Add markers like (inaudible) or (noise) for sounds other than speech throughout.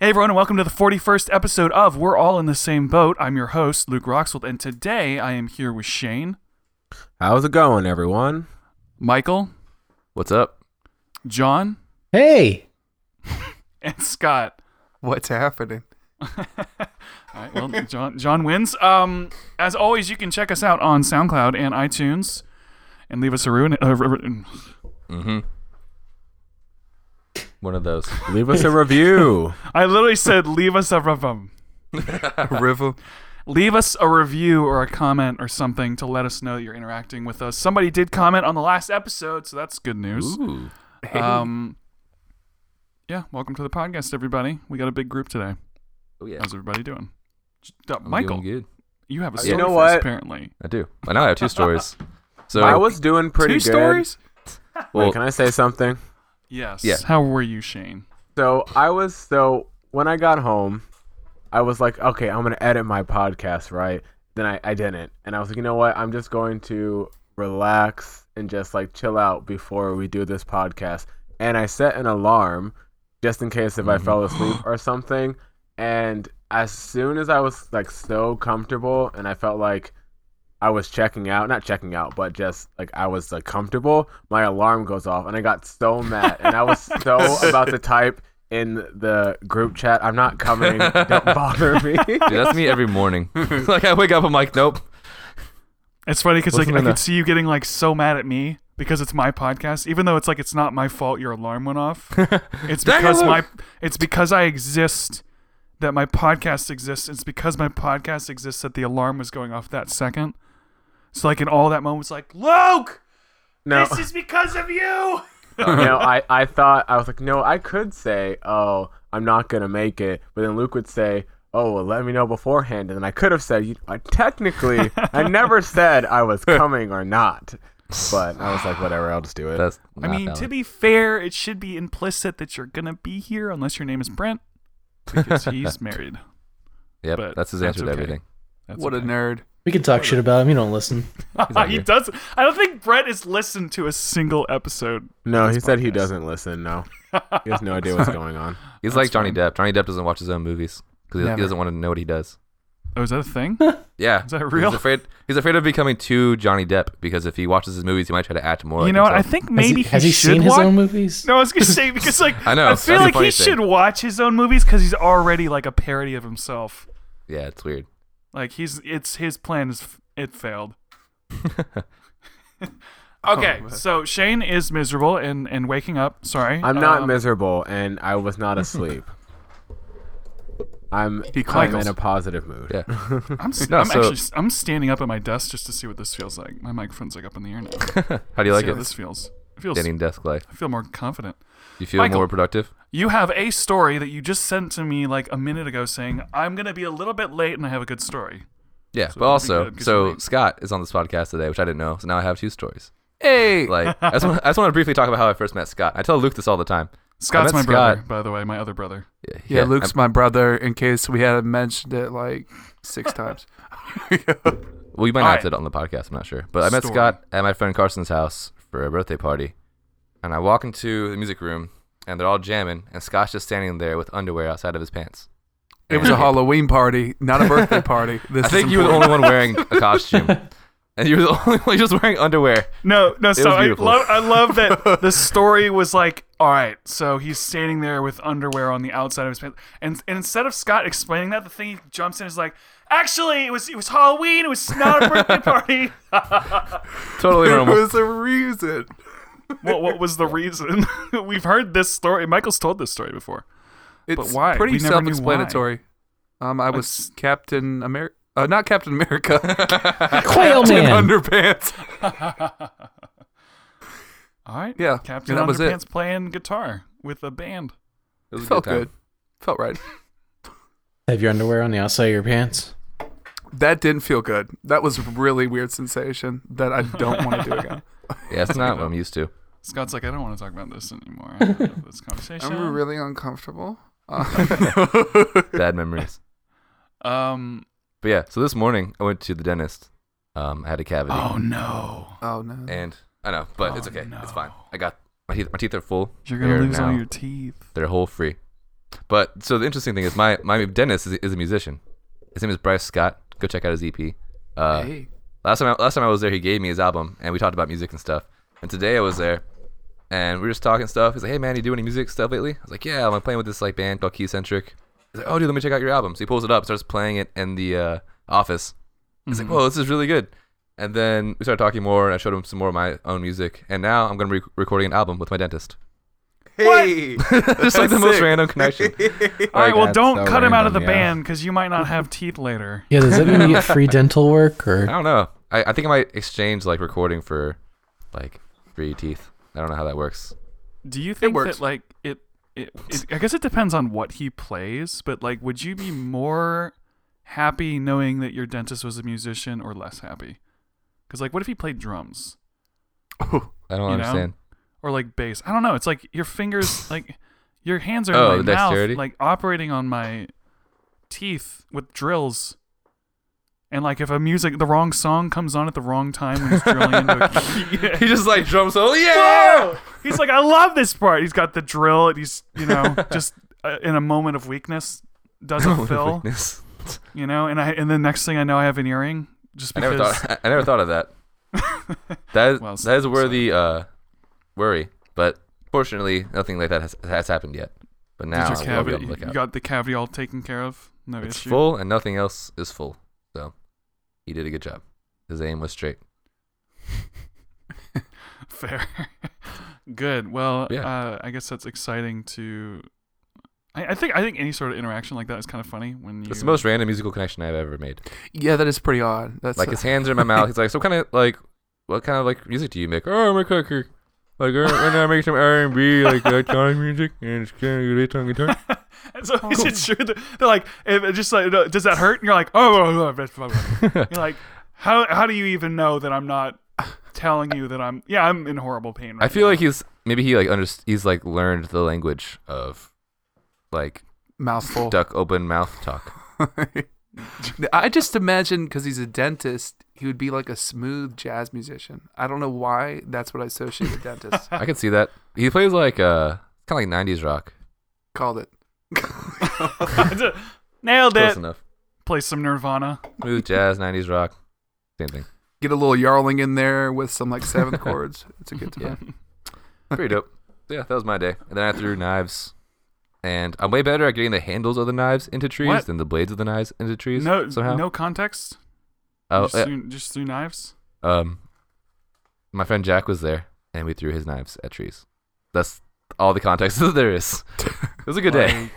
everyone, and welcome to the 41st episode of We're All in the Same Boat. I'm your host, Luke Roxwold, and today I am here with Shane, How's it going, everyone? Michael, What's up? John, Hey, and Scott. What's happening? (laughs) All right, well, John, John wins. Um, as always, you can check us out on SoundCloud and iTunes and leave us a ruin. Uh, ru- ru- Mm-hmm. One of those. Leave us a review. I literally said leave us a review. A river? Leave us a review or a comment or something to let us know that you're interacting with us. Somebody did comment on the last episode, so that's good news. Ooh. Um, yeah, welcome to the podcast, everybody. We got a big group today. Oh yeah. How's everybody doing? Uh, I'm Michael, doing good. you have a You story know for us, what? apparently. I do. I now have (laughs) two stories. (laughs) So I was doing pretty Two good. stories? Wait, Well- can I say something? Yes. Yeah. How were you, Shane? So I was so when I got home, I was like, okay, I'm gonna edit my podcast, right? Then I, I didn't, and I was like, you know what? I'm just going to relax and just like chill out before we do this podcast. And I set an alarm just in case if I fell asleep or something. And as soon as I was like so comfortable, and I felt like I was checking out, not checking out, but just like I was like comfortable. My alarm goes off, and I got so mad, and I was so about to type in the group chat, "I'm not (laughs) coming, don't bother me." Dude, that's me every morning. (laughs) like I wake up, I'm like, nope. It's funny because like Wasn't I in could a- see you getting like so mad at me because it's my podcast, even though it's like it's not my fault your alarm went off. It's Dang it, because my Luke. it's because I exist that my podcast exists. It's because my podcast exists that the alarm was going off that second. So like in all that moment, it's like Luke, No, this is because of you. no, I, I thought I was like, no, I could say, "Oh, I'm not gonna make it," but then Luke would say, "Oh, well, let me know beforehand," and then I could have said, you, I, "Technically, I never (laughs) said I was coming or not," but I was like, "Whatever, I'll just do it." That's. I mean, to be fair, it should be implicit that you're gonna be here unless your name is Brent because he's married. Yep, but that's his that's answer to okay. everything. That's What (laughs) a okay. nerd. we can talk shit about him. You don't listen. not he here. does. I don't think Brett has listened to a single episode. no, he said he podcast. doesn't listen. No, he has no idea what's going on. He's That's like Johnny fine. Depp. Johnny Depp doesn't watch his own movies because he, Never. doesn't want to know what he does. (laughs) Oh, is that a thing? Yeah. Is that real? He's afraid. He's afraid of becoming too Johnny Depp because if he watches his movies, he might try to act more. you like know what? I himself. think Has maybe he, has he, should seen (laughs) his watch- own movies? No, I was gonna say because like I know, I that's feel the like he funny thing. should watch his own movies because he's already like a parody of himself. Yeah, (laughs) it's weird. Like he's it's his plan is f- it (laughs) failed. (laughs) okay, Oh, man. so Shane is miserable and and waking up. Sorry, I'm not Um, miserable, and I was (laughs) not asleep. I'm, I'm Michael's- in a positive mood. Yeah. I'm, s- No, I'm so- actually s- I'm standing up at my desk just to see what this feels like. My microphone's like up in the air now. How do you like see how it? this feels. It feels. Standing desk life. I feel more confident. You feel Michael. more productive? You have a story that you just sent to me like a minute ago, saying I'm gonna be a little bit late and I have a good story. Yeah, So that'd but be also, good, 'cause you're so late. Scott is on this podcast today, which I didn't know. So now I have two stories. Hey, Like, I just, want, I just want to briefly talk about how I first met Scott. I tell Luke this all the time. Scott's met my brother, Scott. by the way, my other brother. yeah, Luke's my brother. In case we hadn't mentioned it like six times. I'm- well, you might All not right. have said it on the podcast. I'm not sure, but I met Story. Scott at my friend Carson's house for a birthday party, and I walk into the music room, and they're all jamming, and Scott's just standing there with underwear outside of his pants. It was a Halloween party, not a birthday party. This I is think you were the only one wearing a costume, (laughs) and you were the only one (laughs) just wearing underwear. No, no. So was I beautiful. love, I love (laughs) that the story was like, all right. So he's standing there with underwear on the outside of his pants, and, and instead of Scott explaining that, the thing he jumps in is like, actually, it was it was Halloween. It was not a (laughs) birthday party. (laughs) Totally There normal. was a reason. what what was the reason? (laughs) We've heard this story. Michael's told this story (laughs) before. It's why? pretty We never knew why. self-explanatory. Um, I was Captain America. Uh, not Captain America. (laughs) Ah, Quail Captain Man. Underpants. All right. Yeah, Captain and that was it. Underpants playing guitar with a band. It was a Felt time. good. Felt right. Have your underwear on the outside of your pants? That didn't feel good. That was really weird sensation that I don't want to do again. Yeah, it's not what I'm used to. (laughs) Scott's like, I don't want to talk about this anymore. (laughs) I don't know this conversation. I'm really uncomfortable. Uh, Bad memories. um. But yeah, so this morning I went to the dentist. Um, I had a cavity, Oh no. oh no. and I know, but it's Oh, okay. It's no. fine. I got my teeth. My teeth are full. You're gonna They're lose all now- your teeth. They're whole free. But so the interesting thing is my my dentist is, is a musician. His name is Bryce Scott. Go check out his EP. Uh, Hey. last time I, last time I was there, he gave me his album, and we talked about music and stuff. And today I was there, and we were just talking stuff. He's like, "Hey man, you do any music stuff lately?" I was like, "Yeah, I'm playing with this like band called Keycentric." He's like, "Oh dude, let me check out your album." So he pulls it up, starts playing it in the uh, office. He's Mm-hmm. like, "Whoa, this is really good." And then we started talking more, and I showed him some more of my own music. And now I'm gonna be recording an album with my dentist. (laughs) Hey! (laughs) just like the most random connection. All right, well, that's don't so cut him out of the random, yeah. band because you might not have teeth later. Yeah, does that mean you get free dental work I or don't know. I, I think I might exchange like recording for like free teeth. I don't know how that works. (laughs) Do you think works. that like it, it, it? I guess it depends on what he plays, but like, would you be more happy knowing that your dentist was a musician, or less happy? Because like, what if he played drums I don't You know? (laughs) understand. or like bass? I don't know. It's like your (laughs) fingers, like your hands are in Oh, the my mouth, dexterity? like operating on my teeth with drills. And like, if a music, the wrong song comes on at the wrong time when he's drilling (laughs) into a key. He just like drum solo. (laughs) Yeah. Whoa! (laughs) He's like, I love this part. He's got the drill, and he's you (laughs) know just uh, in a moment of weakness doesn't fill, Weakness. you know. And I and the next thing I know, I have an earring just I never because. thought. (laughs) I never thought of that. (laughs) That is Well, that is a worthy uh, worry, but fortunately, nothing like that has, has happened yet. But (laughs) now Did your I'll be cavity, on the you lookout. got the cavity all taken care of. No It's issue. full, and nothing else is full. So he did a good job. His aim was straight. Fair. (laughs) Good. Well, Yeah. uh, I guess that's exciting to. I, I think I think any sort of interaction like that is kind of funny when you. It's (laughs) the most random musical connection I've ever made. Yeah, that is pretty odd. That's like his hands are in my (laughs) mouth. He's like, so kind of like, what kind of like music do you make? Oh, I'm a cooker. Like uh, right now, I make some R and (laughs) B, like electronic music, and it's kind of good on guitar. And so is it true that they're like, if it just like, no, does that hurt? And you're like, oh, (laughs) you're like, how how do you even know that I'm not telling you that I'm? Yeah, I'm in horrible pain. Right (laughs) I feel now. like he's maybe he like under he's like learned the language of like a mouthful. duck open mouth talk. (laughs) I just imagine because he's a dentist, he would be like a smooth jazz musician. I don't know why that's what I (laughs) associate with (laughs) dentists. I can see that he plays like uh kind of like '90s rock. Called it. (laughs) nailed Close it. enough. Play some Nirvana. Smooth jazz, '90s rock, same thing. Get a little yarling in there with some like seventh (laughs) chords. It's a good Yeah. time. Pretty dope. So, yeah, that was my day. And then I threw knives. And I'm way better at getting the handles of the knives into trees What? than the blades of the knives into trees. No, somehow. no context. Oh, just, yeah. through, just through knives. um, my friend Jack was there, and we threw his knives at trees. That's all the context (laughs) that there is. it was a good day.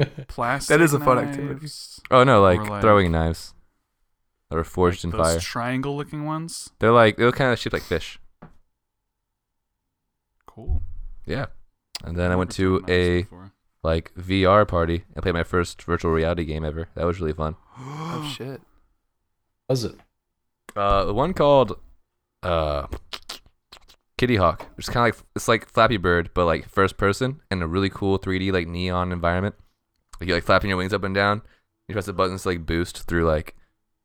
Like, plastic. That is a fun knives, activity. Oh no, like, or like- throwing knives that were forged in Those fire. triangle-looking ones. They're like they look kind of shaped like fish. Cool. Yeah. And then I Never went to thrown knives a before. like VR party. I played my first virtual reality game ever. That was really fun. (gasps) Oh shit. was it? Uh, the one called uh, Kitty Hawk. It's kind of like it's like Flappy Bird, but like first person and a really cool 3D like neon environment. Like you're like flapping your wings up and down. You press the buttons to like boost through like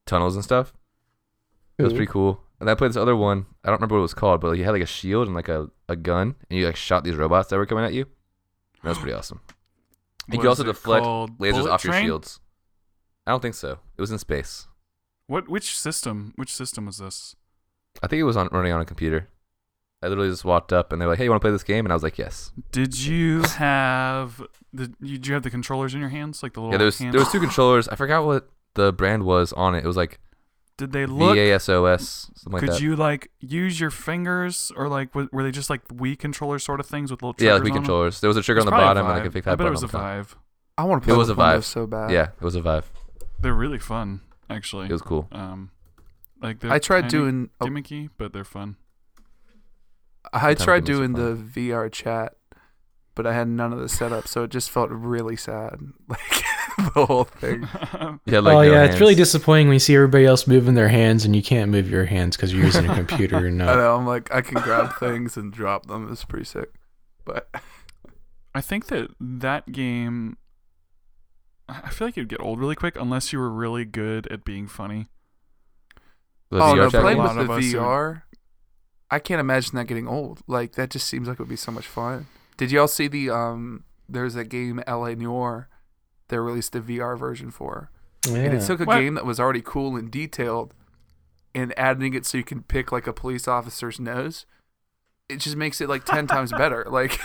tunnels and stuff. It was pretty cool. And I played this other one. I don't remember what it was called, but like, you had like a shield and like a, a gun, and you like shot these robots that were coming at you. And that was pretty awesome. You could What also is it deflect called? lasers Bullet off your train? shields. I don't think so. It was in space. What? Which system? Which system was this? I think it was on running on a computer. I literally just walked up and they were like, "Hey, you want to play this game?" And I was like, "Yes." Did you have the? You, do you have the controllers in your hands, like the little? yeah, there was hand- there was two controllers. I forgot what the brand was on it. It was like Did they look? VASOS, something like could that. you like use your fingers, or like w- were they just like Wii controller sort of things with little? yeah, like triggers Wii on them? controllers. There was a It trigger was on the probably a bottom, and I Vive. could pick that I bet button. it was a on the top. Vive. I want to play It was with a vibe. Windows so bad. Yeah, it was a Vive. They're really fun, actually. It was cool. um, like they're I tried tiny, doing oh. a gimmicky, but they're fun. I Sometimes tried it makes it doing the VR chat, but I had none of the setup, so it just felt really sad. (laughs) Like the whole thing. (laughs) Yeah, Well, like no Oh, yeah, hands. it's really disappointing when you see everybody else moving their hands and you can't move your hands because you're using a computer and I (laughs) not. know, I'm like I can grab things and drop them. It's pretty sick. But I think that that game. I I feel like you'd get old really quick unless you were really good at being funny. The oh VR no, chat playing game? A with lot the of us who- VR, I can't imagine that getting old. Like that just seems like it would be so much fun. Did y'all see the um there's that game LA Noir. They released a VR version for, Yeah. and it took a What? game that was already cool and detailed, and adding it so you can pick like a police officer's nose. It just makes it like ten times (laughs) better. Like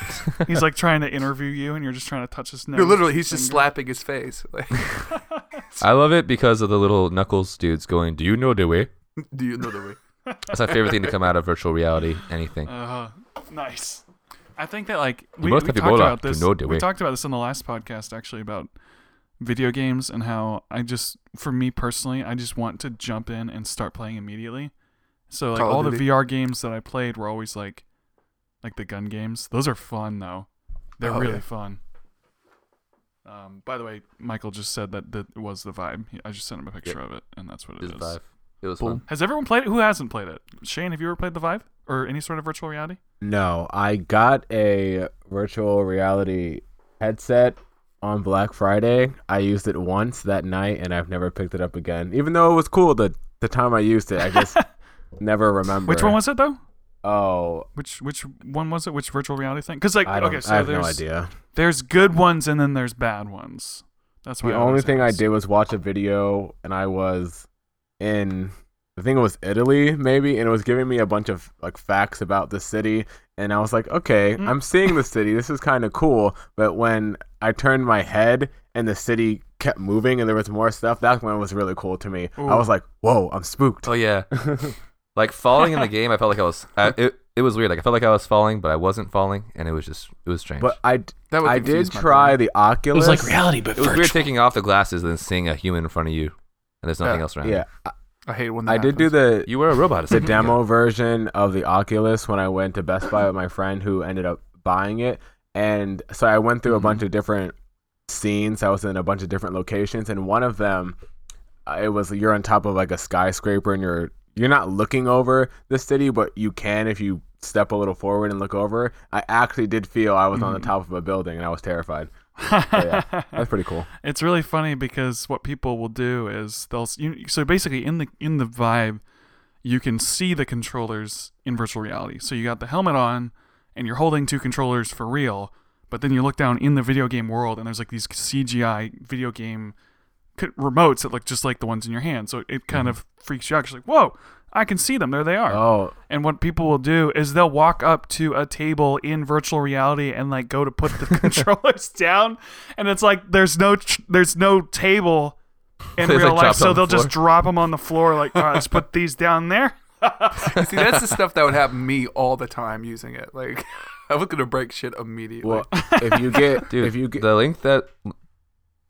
He's like trying to interview you, and you're just trying to touch his nose. no, (laughs) literally, he's just Finger. slapping his face. (laughs) Like, (laughs) (laughs) I love it because of the little Knuckles dudes going, Do you know the way? do you know the way? That's my favorite thing to come out of virtual reality, (laughs) anything. Uh, nice. I think that like we, we must talked have Ebola about to this. know the we way. talked about this in the last podcast actually about video games and how I just for me personally I just want to jump in and start playing immediately. So like Call of all the Duty. VR games that I played were always like like the gun games. Those are fun though. They're Oh, really yeah. fun. Um, by the way, Michael just said that that was the vibe. He- I just sent him a picture of it, and that's what it It is. was vibe. It was Boom. fun. Has everyone played it? Who hasn't played it? Shane, have you ever played the Vive or any sort of virtual reality? No, I got a virtual reality headset on Black Friday. I used it once that night and I've never picked it up again. Even though it was cool the the time I used it, (laughs) I just never remember. Which one was it though? Oh, Which which one was it? Which virtual reality thing? Because like I, don't, okay, so I have there's no idea. there's good ones and then there's bad ones. That's why The I only always thing I ask. (laughs) did was watch a video and I was in I think it was Italy maybe and it was giving me a bunch of like facts about the city and I was like, "Okay, Mm. I'm seeing the city. This is kind of cool." But when I turned my head and the city kept moving and there was more stuff, that's when it was really cool to me. I Ooh. was like, "Whoa, I'm spooked." Oh, yeah. like falling in the game, I felt like I was. I, it, it was weird. Like I felt like I was falling, but I wasn't falling, and it was just it was strange. But I That would I confuse did my try the It Oculus. was like reality, but it was weird virtual. taking off the glasses and then seeing a human in front of you, and there's nothing Yeah, else around. Yeah. I hate when that I did do happens. the you were a robot. (laughs) the demo version of the Oculus when I went to Best Buy with my friend who ended up buying it. And so I went through a bunch of different scenes. I was in a bunch of different locations, and one of them, uh, it was you're on top of like a skyscraper, and you're you're not looking over the city, but you can if you step a little forward and look over. I actually did feel I was on the top of a building, and I was terrified. But Oh, yeah, (laughs) that's pretty cool. It's really funny because what people will do is they'll s- you, so basically in the in the vibe, you can see the controllers in virtual reality. So you got the helmet on, and you're holding two controllers for real. But then you look down in the video game world, and there's like these CGI video game c- remotes that look just like the ones in your hand. So it kind of freaks you out. 'cause you're like, whoa, I can see them. There they are. Oh, And what people will do is they'll walk up to a table in virtual reality and like go to put the (laughs) controllers down, and it's like there's no tr- there's no table (laughs) in They, like, real life, dropped so on the they'll just floor. drop them on the floor. Like, all right, let's put these down there. See, that's the (laughs) stuff that would happen to me all the time using it. Like, (laughs) I was gonna break shit immediately. (laughs) well, if you get Dude, if you get the link that. Go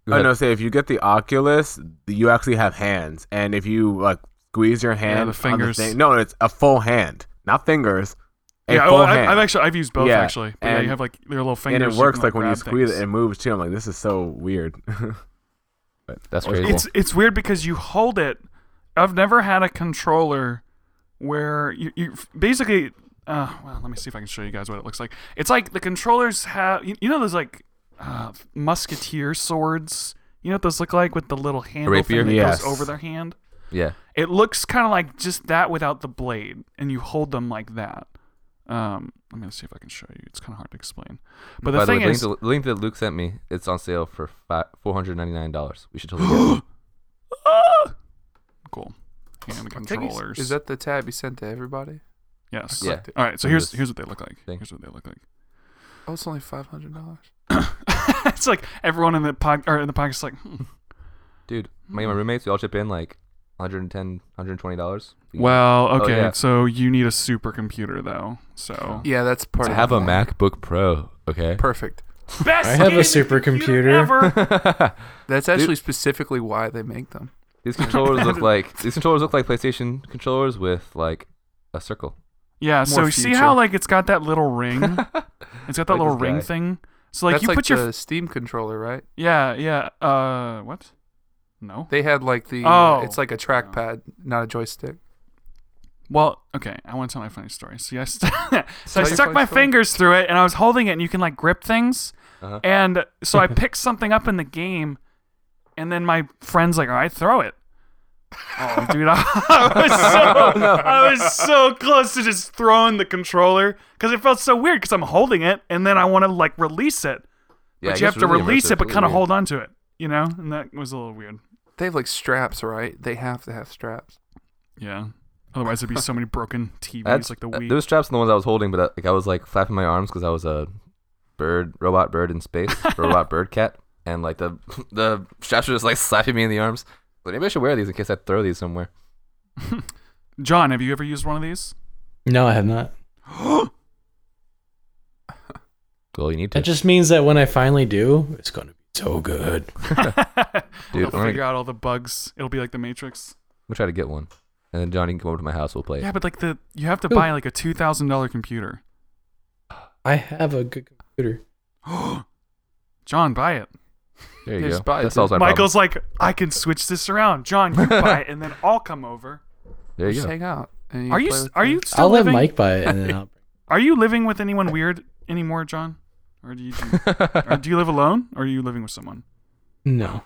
Oh ahead. no! Say if you get the Oculus, you actually have hands, and if you like squeeze your hand, the on the fingers. thing- no, it's a full hand, not fingers. (laughs) A yeah, full well, I, hand. I've actually I've used both Yeah, actually. But yeah, and- you have like their little fingers. and it you works can, like when you grab squeeze things. it, it moves too. I'm like, this is so weird. (laughs) but That's always crazy. cool. It's it's weird because you hold it. I've never had a controller where you, you basically. Uh, well, let me see if I can show you guys what it looks like. It's like the controllers have you, you know those like uh, musketeer swords. You know what those look like with the little handle rapier? thing that Yes. goes over their hand. yeah. It looks kind of like just that without the blade, and you hold them like that. Um, I'm gonna see if I can show you. It's kind of hard to explain, but the By the way, thing the link, is, the link that Luke sent me, it's on sale for fi- four hundred ninety nine dollars. We (gasps) should totally get (gasps) it. Ah! cool. Hand I think it's- controllers. Is that the tab you sent to everybody? yes? Yeah. All right. So Or here's this here's what they look like. thing. Here's what they look like. (laughs) Oh, it's only five hundred dollars. it's like everyone in the pod or in the podcast is like, hmm. Dude, me and my roommates, we all chip in like 110 $120. We- well, Oh, okay. yeah. So you need a supercomputer though. (laughs) So Yeah, that's part. to of have the a plan. MacBook Pro, okay? Perfect. best. I have a gaming computer supercomputer. ever. (laughs) That's actually specifically why they make them. (laughs) these controllers look like these controllers look like PlayStation controllers with like a circle. (laughs) Yeah. So More you see future. how like it's got that little (laughs) ring. It's got that Like little this ring guy. thing. So like that's you like put the your Steam controller, right? yeah yeah uh what? No. They had like the. Oh. It's like a trackpad, not a joystick. Well, okay. I want to tell my funny story. See, I st- (laughs) so I your stuck funny my story. fingers through it, and I was holding it, and you can like grip things. Uh-huh. And so (laughs) I picked something up in the game, and then my friend's like, "All right, throw it." Oh, dude, (laughs) I, I was (laughs) Oh, so I was so close to just throwing the controller because it felt so weird because I'm holding it, and then I want to like release it, Yeah, but I guess you have to really release immersive, it, but really kind of weird. hold on to it, you know. And that was a little weird. They have like straps, right? They have to have straps. Yeah. Otherwise, there'd be so many broken TVs That's like the uh, Wii. There was straps in the ones I was holding, but uh, like I was like flapping my arms because I was a bird, robot bird (laughs) in space, robot bird cat, and like the (laughs) the straps were just like slapping me in the arms. But maybe I should wear these in case I throw these somewhere. John, have you ever used one of (laughs) these? (gasps) No, I have not. Well, you need to. That just means that when I finally do, it's going to be so good. Dude, Dude, I'm I'll gonna- figure out all the bugs. It'll be like the Matrix. We'll try to get one, and then Johnny can come over to my house. We'll play. it. Yeah, but like the you have to Ooh. buy like a two thousand dollar (gasps) computer. I have a good computer. John, buy it. There you There's go. bugs. That solves my Michael's like, I can switch this around. John, you buy it, (laughs) and then I'll come over. problem. There you just (laughs) go. hang out. and Are you play s- with are them. you still I'll let living? Mike buy it and then I'll. Are you living with anyone weird anymore, John? Or do you do, or do you live alone? Or are you living with someone? No.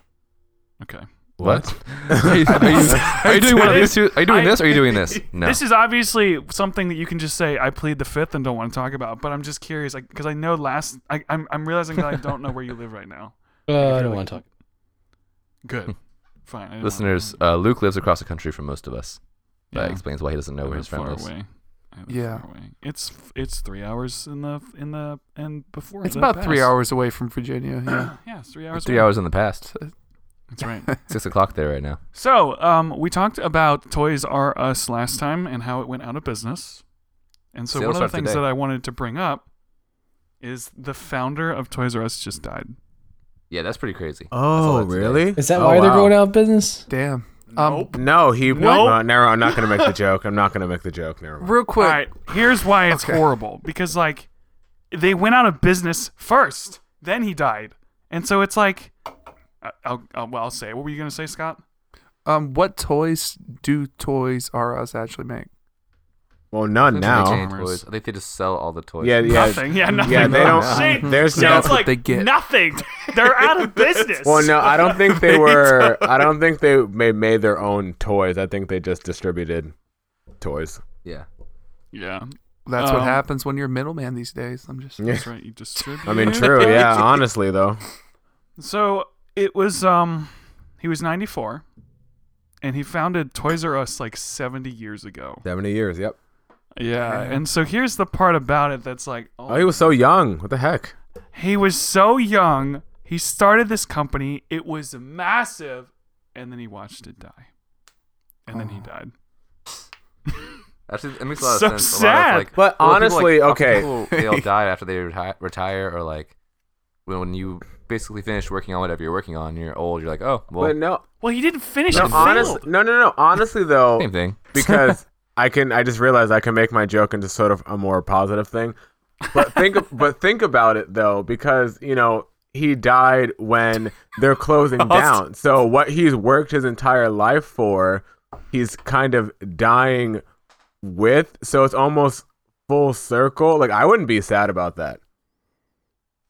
Okay. What? are, you, (laughs) (laughs) are you- are you doing one of these two? Are you doing I- this? Or are (laughs) you doing this? No. This is obviously something that you can just say I plead the fifth and don't want to talk about. But I'm just curious, like, because I know last I, I'm I'm realizing that I don't know where you live right now. Uh, I feel don't like- want to talk. Good. (laughs) Fine. I didn't wanna- Listeners, Um, uh, Luke lives across the country from most of us. That explains why he doesn't know I where live his friend far is. away. I live Yeah. far away. It's it's three hours in the in the and before. It's the about three past. hours away from Virginia. Yeah. (clears throat) yeah, it's three hours. Three away. hours in the past. (laughs) So- That's right. (laughs) Six o'clock there right now. so, um, we talked about Toys R Us last time and how it went out of business. And so, Sales one of start the things today. that I wanted to bring up is the founder of Toys R Us just died. Yeah, that's pretty crazy. Oh, that's today. really? Is that Oh, why they're wow. going out of business? Damn. No, he. Nope. No, never. I'm not gonna make the joke. I'm not gonna make the joke. (laughs) Never mind. Um, Real quick. All right, here's why it's Okay. horrible because like they went out of business first, then he died, and so it's like, I- I'll, I'll well, I'll say. it. What were you gonna say, Scott? Um, what toys do Toys R Us actually make? Well, none Since they now. change toys, I think they just sell all the toys. Yeah, yeah. Nothing. Yeah, nothing. Yeah, they Oh, don't. shit. There's no. Sounds That's what like they get. nothing. They're out of business. Well, no, I don't think (laughs) they were. I don't think they made made their own toys. I think they just distributed toys. (laughs) yeah. Yeah, That's what Um, happens when you're a middleman these days. I'm just Yeah. that's right. You distribute. (laughs) I mean, true. Yeah, honestly though. So it was. Um, he was 94, and he founded Toys R Us like 70 years ago. Seventy years. Yep. Yeah, and so here's the part about it that's like, Oh, he was so young. What the heck? He was so young. He started this company. It was massive, and then he watched it die, and then he Oh. died. Actually, it makes a lot So of sense. A lot sad. of, like, But well, people, honestly, like, okay. People, they (laughs) all die after they retire, retire, or like when you basically finish working on whatever you're working on, you're old. You're like, oh, well, but no, Well, he didn't finish no, it. honestly, failed. no, no, no. Honestly though, same thing. (laughs) because I can I just realized I can make my joke into sort of a more positive thing. But think (laughs) but think about it though because, you know, he died when they're (laughs) closing down. So what he's worked his entire life for, he's kind of dying with. So it's almost full circle. Like I wouldn't be sad about that.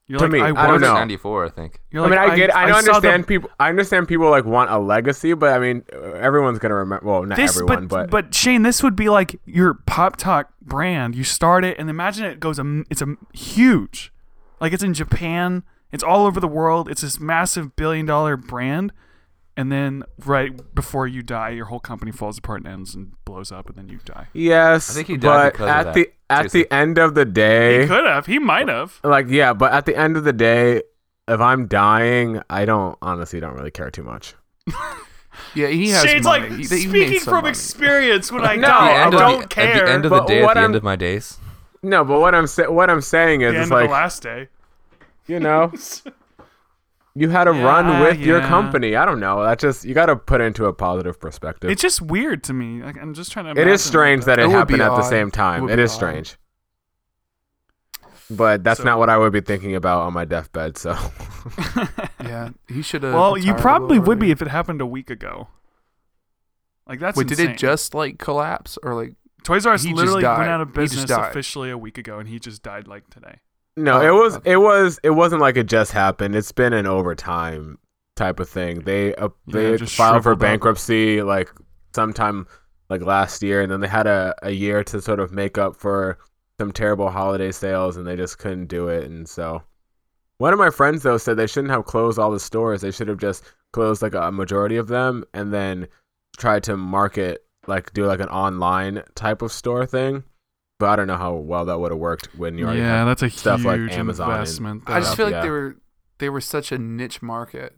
You're to me, I don't watched- know. 94, I think. You're I mean, like, I get, I, I don't saw the- understand people. I understand people like want a legacy, but I mean, uh, everyone's gonna remember. Well, not This, everyone, but, but Shane, this would be like your Pop Talk brand. You start it, and imagine it goes. A, it's a huge, like it's in Japan. It's all over the world. It's this massive billion dollar brand, and then right before you die, your whole company falls apart and ends and blows up, and then you die. Yes, I think he died but because of at that. the at Seriously. the end of the He day, could have. He might have. like yeah, but at the end of the day, if I'm dying, I don't honestly don't really care too much. yeah. He has Shane's money. like He- he made speaking some from money. experience. When I No, die, I I End of don't the, care. At the end of but the day, at what the I'm- end of my days. No, but what I'm sa- what I'm saying is, The it's end of the like last day. (laughs) you know, you had a run Yeah, with your yeah. company. I don't know. That just you got to put into a positive perspective. It's just weird to me. Like, I'm just trying to. it imagine is strange that. that it, It would be happened at the odd. same It time. would It be is odd. strange. (laughs) But that's So- not what I would be thinking about on my deathbed. So Yeah, he should have. Well, you retired a probably little would be earlier. if it happened a week ago. Like that's Wait, did insane. it just like collapse or like? Toys R Us he just literally went died. out of He just business died. officially a week ago, and he just died like today. no, Oh, it was okay. it was it wasn't like it just happened. It's been an overtime type of thing. They uh, Yeah, they just filed for shriveled up. bankruptcy like sometime like last year, and then they had a, a year to sort of make up for some terrible holiday sales, and they just couldn't do it, and so One of my friends though said they shouldn't have closed all the stores. They should have just closed like a majority of them and then tried to market like do like an online type of store thing. But I don't know how well that would have worked when you already yeah, have that's a stuff like huge Amazon and- investment. I just though. up, feel like they yeah. were they were such a niche market.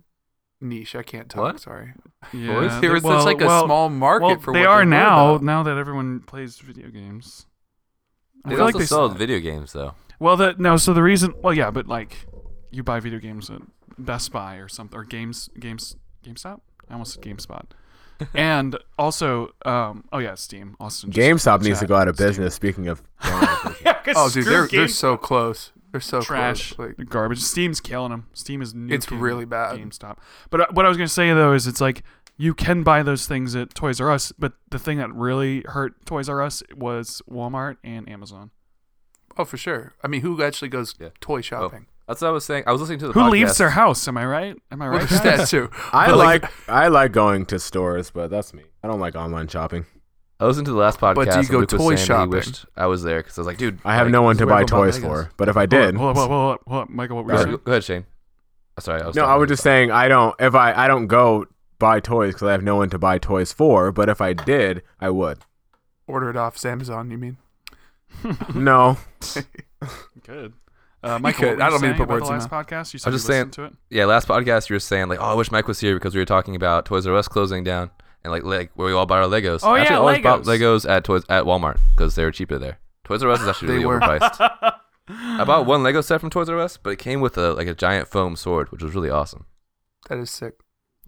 Niche. I can't talk. What? Sorry. (laughs) yeah. There was well, such like a well, small market well, for. they what are were, now. though. Now that everyone plays video games, I They feel also like they s- sell video games though. Well, the no. So the reason, well, yeah, but like, you buy video games at Best Buy or something, or Games, Games, GameStop. I almost said (laughs) GameSpot. and also, um, oh yeah, Steam. Austin. just GameStop needs chat. to go out of Steam. business. Speaking of, (laughs) yeah, 'cause Oh, screw dude, they're they're Game- so close. They're so trash, Close. Like, They're garbage. Steam's killing them. Steam is new. It's really bad. GameStop. But uh, what I was gonna say though is, it's like you can buy those things at Toys R Us, but the thing that really hurt Toys R Us was Walmart and Amazon. oh, for sure. I mean, who actually goes Yeah. Oh. toy shopping? That's what I was saying. I was listening to the Who leaves podcast. their house? Am I right? Am I Well, right? there's guys? that (laughs) too. I But, like I like going to stores, but that's me. I don't like online shopping. I listened to the last podcast. But do you and go Luke was toy saying that he shopping? wished I was there because I was like, dude, I have like, no one this to is where buy I go toys Vegas. for, but if I did, Hold up, hold up, hold up, hold up, Michael. What were Go you Alright. ahead, saying? go ahead, Shane. Oh, Sorry, I was No, talking I was to you. just saying I don't. If I I don't go buy toys because I have no one to buy toys for. But if I did, I would. Order it off Amazon. You mean? (laughs) (laughs) Mm-hmm. No, Good. Uh, Michael, what could. were I you don't mean to saying put about words the in last podcast. You said I'm just you saying- listened to it. Yeah, last podcast you were saying like, oh, I wish Mike was here because we were talking about Toys R Us closing down and like like where we all bought our Legos. Oh, I actually yeah, always bought Legos. Legos at Toys at Walmart because they were cheaper there. Toys R Us is actually They really (laughs) (laughs) were. overpriced. I bought one Lego set from Toys R Us, but it came with a like a giant foam sword, which was really awesome. That is sick.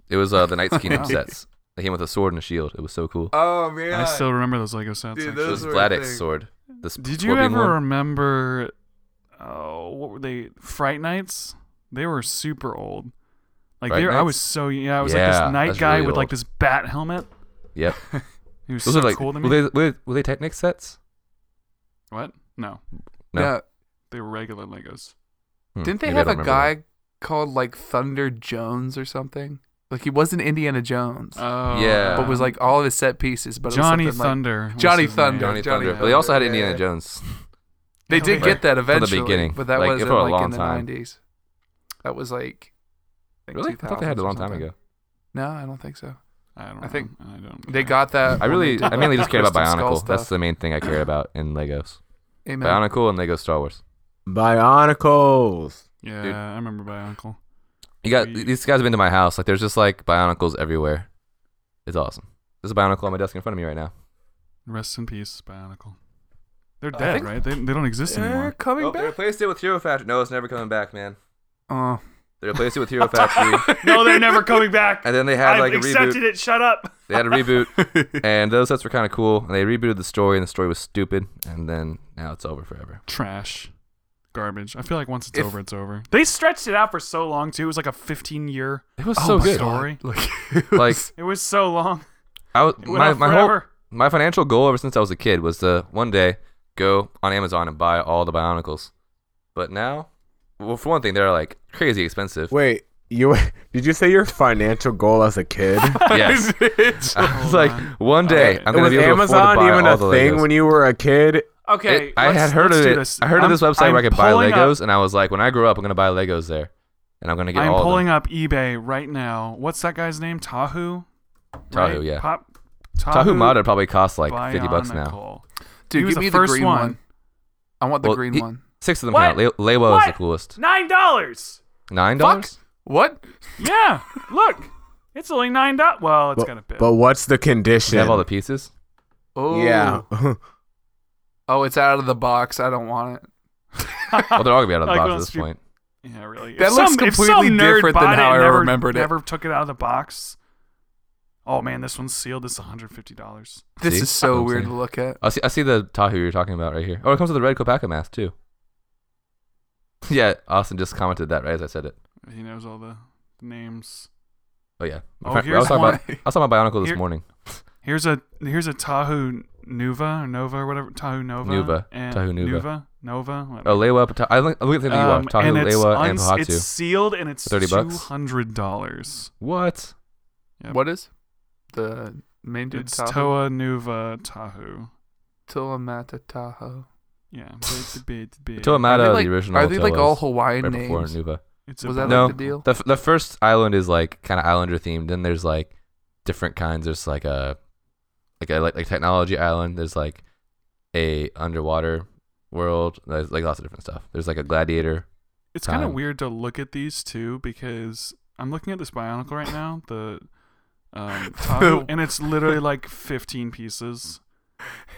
It was uh, the Knights (laughs) of Kingdom Wow. sets. They came with a sword and a shield. It was so cool. Oh man. I still remember those Lego sets. Dude, actually. it was those were Vladek's things. sword. The sp- Did you scorpion ever one. remember? Oh, what were they? Fright Nights. They were super old. Like Fright they were, I Nights? was so yeah. I was like Yeah, this night that's guy really with like old. this bat helmet. Yep. (laughs) He was Those so are like cool to were me. they, were, were they Technic sets? what? No, No. Yeah. they were regular Legos. Hmm, Didn't they maybe I have don't a remember guy called like Thunder Jones or something? Like he wasn't Indiana Jones, Oh, Yeah. but was like all of his set pieces. But it was Johnny something like- Thunder. was Johnny his name. that. Thunder. Johnny, Johnny Thunder. But they also had Thunder, Indiana yeah. Jones. They Oh, did yeah. get that the eventually, beginning. but that Like, wasn't for a like long in the time. '90s. That was (laughs) like, I think Really? I thought they 2000s had it a or long time something. ago. No, I don't think so. I don't. I think know. I don't. They know. got that. I when they really, did I mainly the (laughs) just cared about Crystal Skull Bionicle. That's stuff. the main thing I cared about in Legos. (laughs) Amen. Bionicle and Lego Star Wars. Bionicles. Yeah, dude. I remember Bionicle. You got We- these guys have been to my house. Like there's just like Bionicles everywhere. It's awesome. There's a Bionicle on my desk in front of me right now. Rest in peace, Bionicle. They're I dead, think- right? They, they don't exist They're anymore. coming back. Oh, replaced it with Hero Factory. No, it's never coming back, man. Oh, (laughs) They replaced it with Hero Factory, (laughs) No, they're never coming back. and then (laughs) they had like a reboot. it. Shut up. They had a reboot, and those sets were kind of cool. And they rebooted the story, and the story was stupid. And then now it's over forever. Trash. Garbage. I feel like once it's If- over, it's over. They stretched it out for so long too. It was like a 15 year It was oh so (laughs) my good. God. story. Like, (laughs) (laughs) Like It was so long. I was, It went my on my whole forever. my financial goal ever since I was a kid was to one day go on Amazon and buy all the Bionicles. But now, well, for one thing, they're like crazy expensive. Wait, you (laughs) did you say your financial goal as a kid? (laughs) Yes. (laughs) Oh, (laughs) I was like, one day Alright. (laughs) I'm gonna was be able to afford to Amazon buy even all a the thing Legos. when you were a kid? okay, It- I let's- had heard let's of do it. This. I heard I'm- of this website I'm where I could buy pulling Legos, Up, and I was like, when I grow up, I'm gonna buy Legos there, and I'm gonna get I'm all pulling of up eBay right now. What's that guy's name? Tahu. Tahu, Right? yeah. Pop. them. Tahu Mata probably costs like 50 bucks now. Bionicle. He dude, was give the me the first green one. one. I want the Well, green he- one. Six of them What? count. Le- Lewa is the What? coolest. Nine dollars. Nine dollars. What? Yeah, look, it's only nine dollars. Well, it's But, got a bit. (laughs) but what's the They condition? have all the pieces. Oh yeah. (laughs) Oh, it's out of the box. I don't want it. Well, they're all gonna be out (laughs) of the Like, box well, at this it's cheap. point. yeah, really. That if looks some, if completely some nerd different than bought how it I and never, remembered it. Never took it out of the box. Oh man, this one's sealed. It's one hundred fifty dollars. This See? is so That's what I'm weird saying. to look at. I see, I see the Tahu you're talking about right here. Oh, it comes with the red Kopaka mask too. (laughs) yeah, Austin just commented that right as I said it. He knows all the names. Oh yeah. Oh, In fact, I, here's was talking one. about, I was talking about Bionicle this Here- morning. Here's a here's a Tahu Nuva or Nova or whatever Tahu Nova Nuva. and Tahu Nuva. Nuva Nova. whatever. Oh, Lewa, Pata- I think I think you are Um, and Tahu, it's, Lewa, and uns- Pahatsu. it's sealed and it's $30 bucks? two hundred dollars. What? Yep. What is the main dude? It's Toa Tahoe? Nuva Tahu. Tulamata Tahoe. Yeah, bit to bit to bit. Toa Are they Mata, like, the original. are they like hotel all is Hawaiian right (laughs) before names? Nuva. It's Was a- that No. like the deal? The, f- the first island is like kind of islander themed. Then there's like different kinds. There's like a like a like, like technology island. There's like a underwater world. There's like lots of different stuff. There's like a gladiator. It's kind of time. weird to look at these two because I'm looking at this Bionicle right now, the um, Tahu, and it's literally like 15 pieces. (laughs)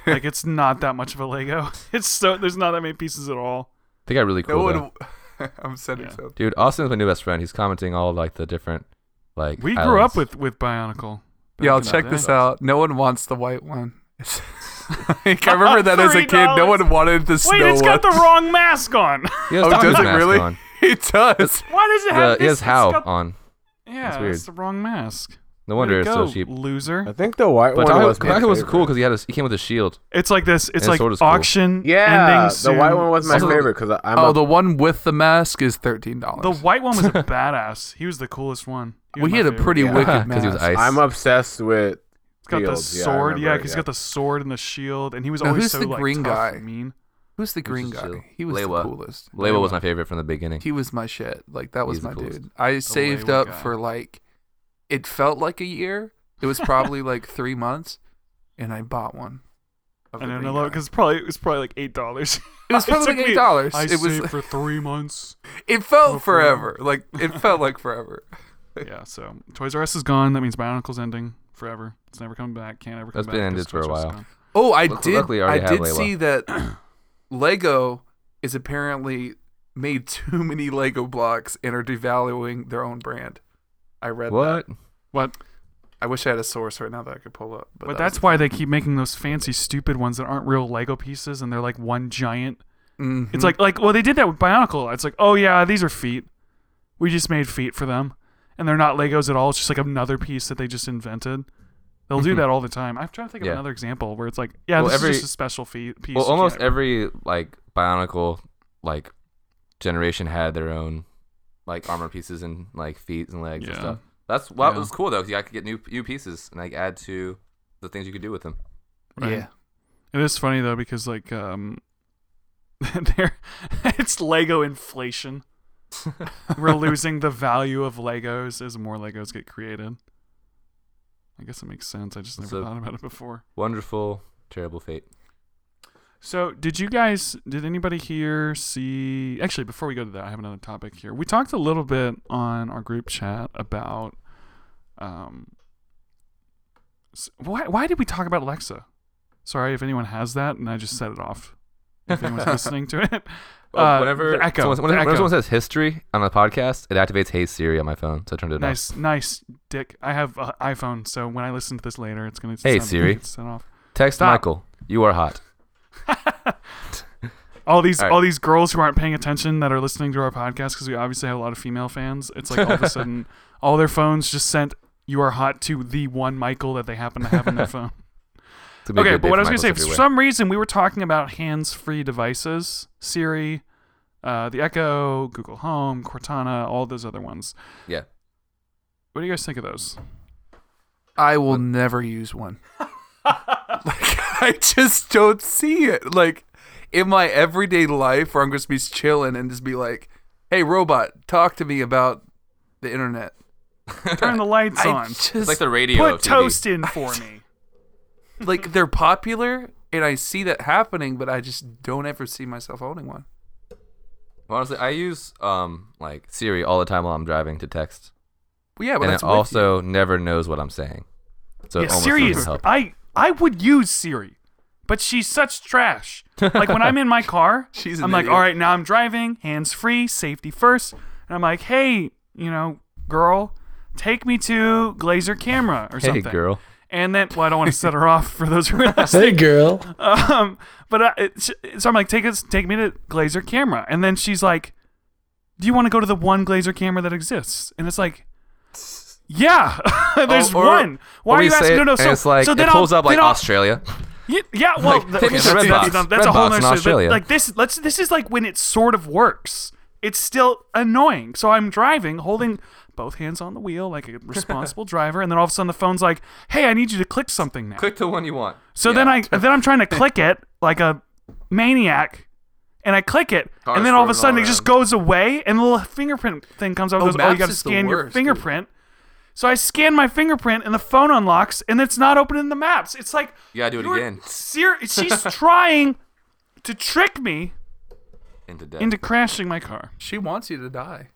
Like it's not that much of a Lego. (laughs) It's so there's not that many pieces at all. They got really cool. No though. one. (laughs) I'm sending Yeah. something. Dude, Austin's my new best friend. He's commenting all like the different like. We grew up islands. with with Bionicle. back Y'all in the check day. this out. No one wants the white one. (laughs) It's- like, I remember that as a kid. No one wanted the snow Wait, it's got the one. wrong mask on. (laughs) He has Oh, Tahu's does it mask really? On. (laughs) it does. Why does it The, have he has this? How it's got- on. yeah, it's weird. the wrong mask. No Way to wonder it's go, so cheap. I Loser. think the white But one Tahu was my Tahu was favorite. cool because he had a, he came with a shield. It's like this. It's Yeah, like sword is cool. auction. Yeah, ending the white soon. one was my Also- favorite because I'm Oh, a, the one with the mask is thirteen dollars. The (laughs) white one was a badass. He was the coolest one. well, was he my had a favorite. pretty Yeah. (laughs) wicked he was mask. ice. I'm obsessed with. He's got the Shields, yeah, I sword, yeah, remember, because he's yeah. got the sword and the shield, and he was Now, always who's so the like green tough guy? and mean. Who's the green just guy? chill. He was the Lewa. coolest. Leywa was my favorite from the beginning. He was my shit. Like that was He's the my coolest. dude. I saved Leywa up guy. for like, it felt like a year. It was probably (laughs) like three months, and I bought one. of the And then green I love guy. because probably it was probably like eight dollars. (laughs) it was probably like eight dollars. I (laughs) It saved (laughs) was. for three months. It Oh, felt for real. forever. Like it felt like forever. yeah, so Toys R Us is gone. That means Bionicle's ending forever. It's never coming back. Can't ever come That's back. been 'cause ended for a Toys R Us is while. gone. Oh, I Luck- did. luckily I I already have did Leywa. see (clears throat) that Lego is apparently made too many Lego blocks and are devaluing their own brand. I read that. What? What? I wish I had a source right now that I could pull up. But, But, that that's was- why they keep making those fancy, stupid ones that aren't real Lego pieces, and they're like one giant. Mhm. It's like like well, they did that with Bionicle. It's like oh yeah, these are feet. We just made feet for them, and they're not Legos at all. It's just like another piece that they just invented. They'll do Mhm. that all the time. I'm trying to think of Yeah. another example where it's like, yeah, Well, this every- is just a special fee- piece. Well, you almost can't- every like Bionicle like generation had their own like armor pieces and like feet and legs and Yeah. stuff. That's what Yeah. was cool though, because I could get new new pieces and like add to the things you could do with them. (laughs) Right. yeah. It is funny though because like um, (laughs) there, (laughs) it's Lego inflation. (laughs) We're losing the value of Legos as more Legos get created. I guess it makes sense. I just never So- thought about it before. Wonderful, terrible fate. So, did you guys, did anybody here see? Actually, before we go to that, I have another topic here. We talked a little bit on our group chat about, um, s- why, why did we talk about Alexa? Sorry if anyone has that and I just set it off. (laughs) If anyone's listening to it, Oh, Uh, whenever the echo, someone, the whenever, whenever echo. someone says history on the podcast, it activates Hey Siri on my phone, so I turned it off. nice, nice, Dick. I have an iPhone, so when I listen to this later, it's gonna. Hey, sound- Siri. it's (laughs) set off. Text Stop. Michael, you are hot. (laughs) all these All right. all these girls who aren't paying attention that are listening to our podcast because we obviously have a lot of female fans. It's like (laughs) all of a sudden, all their phones just sent "You are hot" to the one Michael that they happen to have on their phone. (laughs) It's gonna be a okay, good day but what for I was gonna Michaels say, for everywhere. some reason, we were talking about hands-free devices, Siri, uh, the Echo, Google Home, Cortana, all those other ones. Yeah. What do you guys think of those? I will never use one. like I just don't see it. Like in my everyday life where I'm just be chilling and just be like, Hey robot, talk to me about the internet. (laughs) Uh, Turn the lights I on. it's just like the radio. Put of TV. toast in for me. like they're popular and I see that happening, but I just don't ever see myself owning one. Honestly, I use um like Siri all the time while I'm driving to text. Well, yeah, but and that's it with you. also never knows what I'm saying. So it Yeah, almost Siri doesn't is. help. I I would use Siri, but she's such trash. Like when I'm in my car, (laughs) She's an I'm like, idiot. all right, now I'm driving, hands free, safety first, and I'm like, hey, you know, girl, take me to Glazer Camera or hey, something. girl. And then, well, I don't want to set her off for those who (laughs) are listening. Hey, girl. Um, but I, it, so I'm like, take us, take me to Glazer Camera, and then she's like, "Do you want to go to the one Glazer Camera that exists?" And it's like, "Yeah, (laughs) there's or- one. Why Or are we you say asking?" it, No, no. and So, it's like so then it pulls I'll, up like then I'll- Australia. (laughs) Yeah, yeah, well, Like, that- take me to that's, Red that's, Box. that's Red a whole Box in nother story. Australia. But, like this, let's. This is like when it sort of works. It's still annoying. So I'm driving, holding both hands on the wheel like a (laughs) responsible driver, and then all of a sudden the phone's like, "Hey, I need you to click something now." Click the one you want. So then I then I'm trying to click it like a maniac, and I click it, Cars and then all of a floating sudden all it just around. goes away, and the little fingerprint thing comes up. and Oh, goes, oh, you Maps got to is the scan your worst, dude. fingerprint. So I scan my fingerprint, and the phone unlocks, and it's not opening the maps. It's like You gotta do it you're again. Ser- (laughs) she's trying to trick me Into death. into crashing my car. She wants you to die.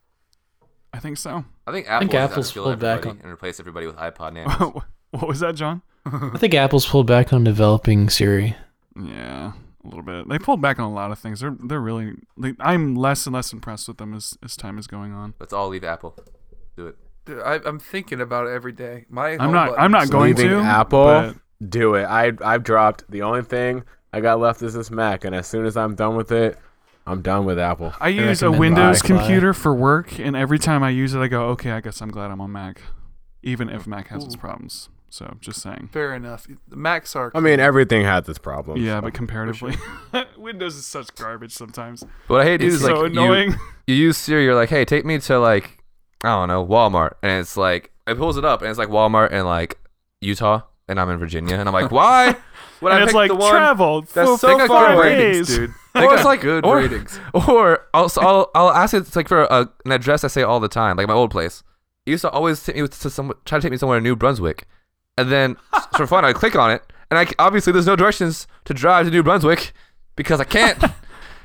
I think so. (laughs) I think Apple think is out to Apple's kill pulled back everybody on- and replace everybody with iPod Nanos. what was that, John? I think Apple's pulled back on developing Siri. Yeah, a little bit. They pulled back on a lot of things. They're they're really. They, I'm less and less impressed with them as as time is going on. Let's all leave Apple. Do it. Dude, I, I'm thinking about it every day. My I'm not. I'm not going Leaving to. Apple, but- do it. I I've dropped. The only thing I got left is this Mac, and as soon as I'm done with it, I'm done with Apple. I use a recommend Windows Firefly. computer for work, and every time I use it, I go, okay, I guess I'm glad I'm on Mac, even if Mac has its Ooh. problems. So just saying. Fair enough. The Macs are. I mean, everything has its problems. Yeah, but comparatively, (laughs) Windows is such garbage sometimes. But what I hate dude, It's is like so you- annoying. (laughs) You, use Siri. You're like, hey, take me to like, I don't know, Walmart, and it's like it pulls it up, and it's like Walmart and like Utah, and I'm in Virginia, and I'm (laughs) like, why? When and it's picked like travel for so so good far (laughs) days. ratings, dude. They got like good or, ratings. Or I'll, so I'll I'll ask it like for a, an address I say all the time, like my old place. It used to always take me to some try to take me somewhere in New Brunswick, and then s- for fun I would click on it, and I c- obviously there's no directions to drive to New Brunswick because I (laughs) can't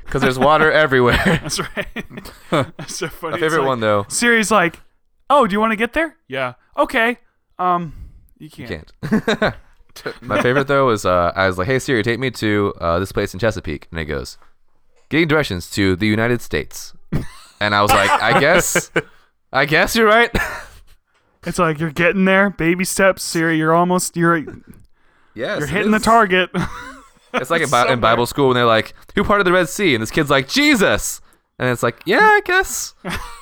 because there's water (laughs) everywhere. That's right. That's so funny. my It's favorite like- one though, Siri's like, "Oh, do you want to get there? Yeah. Okay. Um, you can't. you can't. (laughs) my favorite though is uh, I was like, hey Siri, take me to uh, this place in Chesapeake, and it goes, getting directions to the United States, and I was like, I (laughs) guess, I guess you're right. It's like you're getting there, baby steps, Siri. You're almost. You're you're Yes, it hitting the is. target. It's like in, Bi- in Bible school when they're like, "Who parted the Red Sea?" and this kid's like, "Jesus," and it's like, "Yeah, I guess."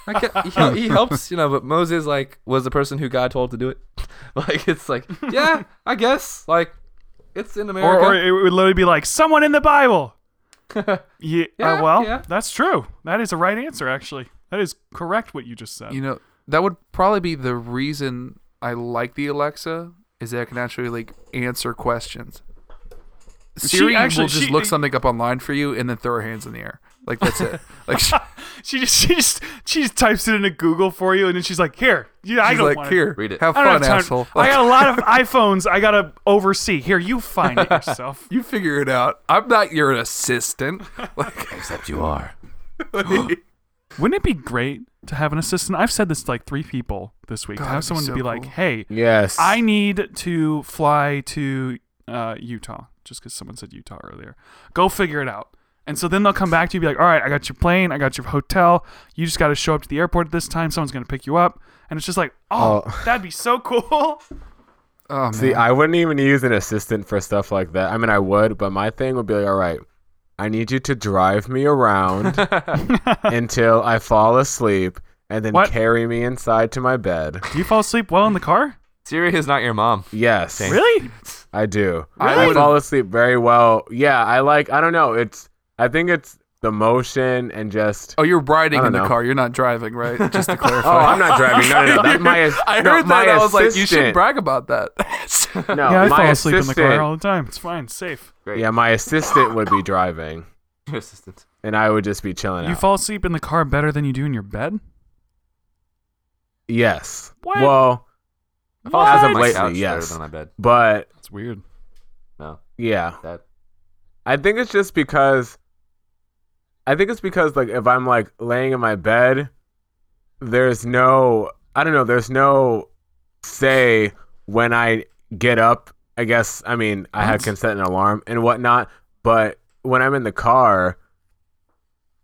I guess he, hel- he helps, you know. But Moses like was the person who God told to do it. (laughs) like it's like, yeah, I guess. Like it's (laughs) in or, America. or it would literally be like someone in the (laughs) Bible. yeah. Yeah, uh, well, yeah. that's true. That is the right answer, actually. That is correct what you just said. You know, that would probably be the reason I like the Alexa is that I can actually like answer questions. Siri actually- will just she- e look something up online for you and then throw her hands in the air. Like (laughs) that's it. Like she, she just (laughs) she just she just types it into Google for you, and then she's like, "Here, yeah, I she's don't like, want it." here, Read it. have I don't fun, have time. asshole. I got a lot (laughs) of iPhones. I gotta oversee. Here, you find it yourself. you figure it out. I'm not your assistant. Like Except you are. Wouldn't it be great to have an assistant? I've said this to like three people this week. God, to that'd have be someone so to be like, cool. "Hey, Yes. I need to fly to uh, Utah," just because someone said Utah earlier. Go figure it out. And so then they'll come back to you, and be like, "All right, I got your plane, I got your hotel. You just got to show up to the airport at this time. Someone's gonna pick you up." And it's just like, "Oh, Oh. that'd be so cool." (laughs) oh man. See, I wouldn't even use an assistant for stuff like that. I mean, I would, but my thing would be like, all right, I need you to drive (laughs) me around until I fall asleep and then What? carry me inside to my bed. Do you fall asleep while in the car? Siri is not your mom. Yes. Really? I do. Really? I fall asleep very well. Yeah, I like, I don't know. It's, I think it's the motion and just. oh, you're riding I in the don't know. car. You're not driving, right? Just (laughs) to Oh, clarify. I'm not (laughs) driving. No, no, no. That's (laughs) my, as- (laughs) I no, heard my that. I was like, you should assistant. brag about that. No, yeah, I my fall asleep in the car assistant- all the time. It's fine, safe. Yeah, my assistant would be driving, Your assistant. and I would just be chilling You out. fall asleep in the car better than you do in your bed. yes. What? Well, I fall asleep As on of my lately, couch better yes. than on my bed. but That's weird. No, yeah, that I think it's just because. I think it's because like if I'm like laying in my bed, there's no I don't know there's no say when I get up. I guess I mean I had What? can set an alarm and whatnot, but when I'm in the car,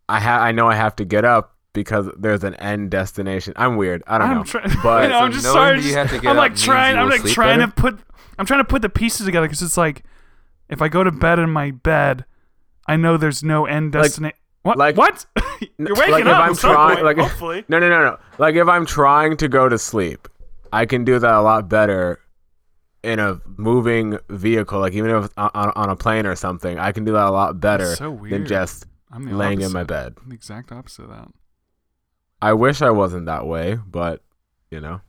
I ha- I know I have to get up because there's an end destination. I'm weird. I don't I'm know, try- (laughs) but You know, I'm so just knowing sorry. that just- you have to get I'm up like means trying. you I'm will like sleep trying better? to put. I'm trying to put the pieces together because it's like, if I go to bed in my bed, I know there's no end Like- destination. What? like- what? (laughs) You're waking like if up. I'm at some trying- point, like- (laughs) hopefully. No, no, no, no. Like if I'm trying to go to sleep, I can do that a lot better in a moving vehicle. Like even if it's on, on on a plane or something, I can do that a lot better so than weird. just I'm the laying in my opposite. bed. I'm the exact opposite of that. I wish I wasn't that way, but you know,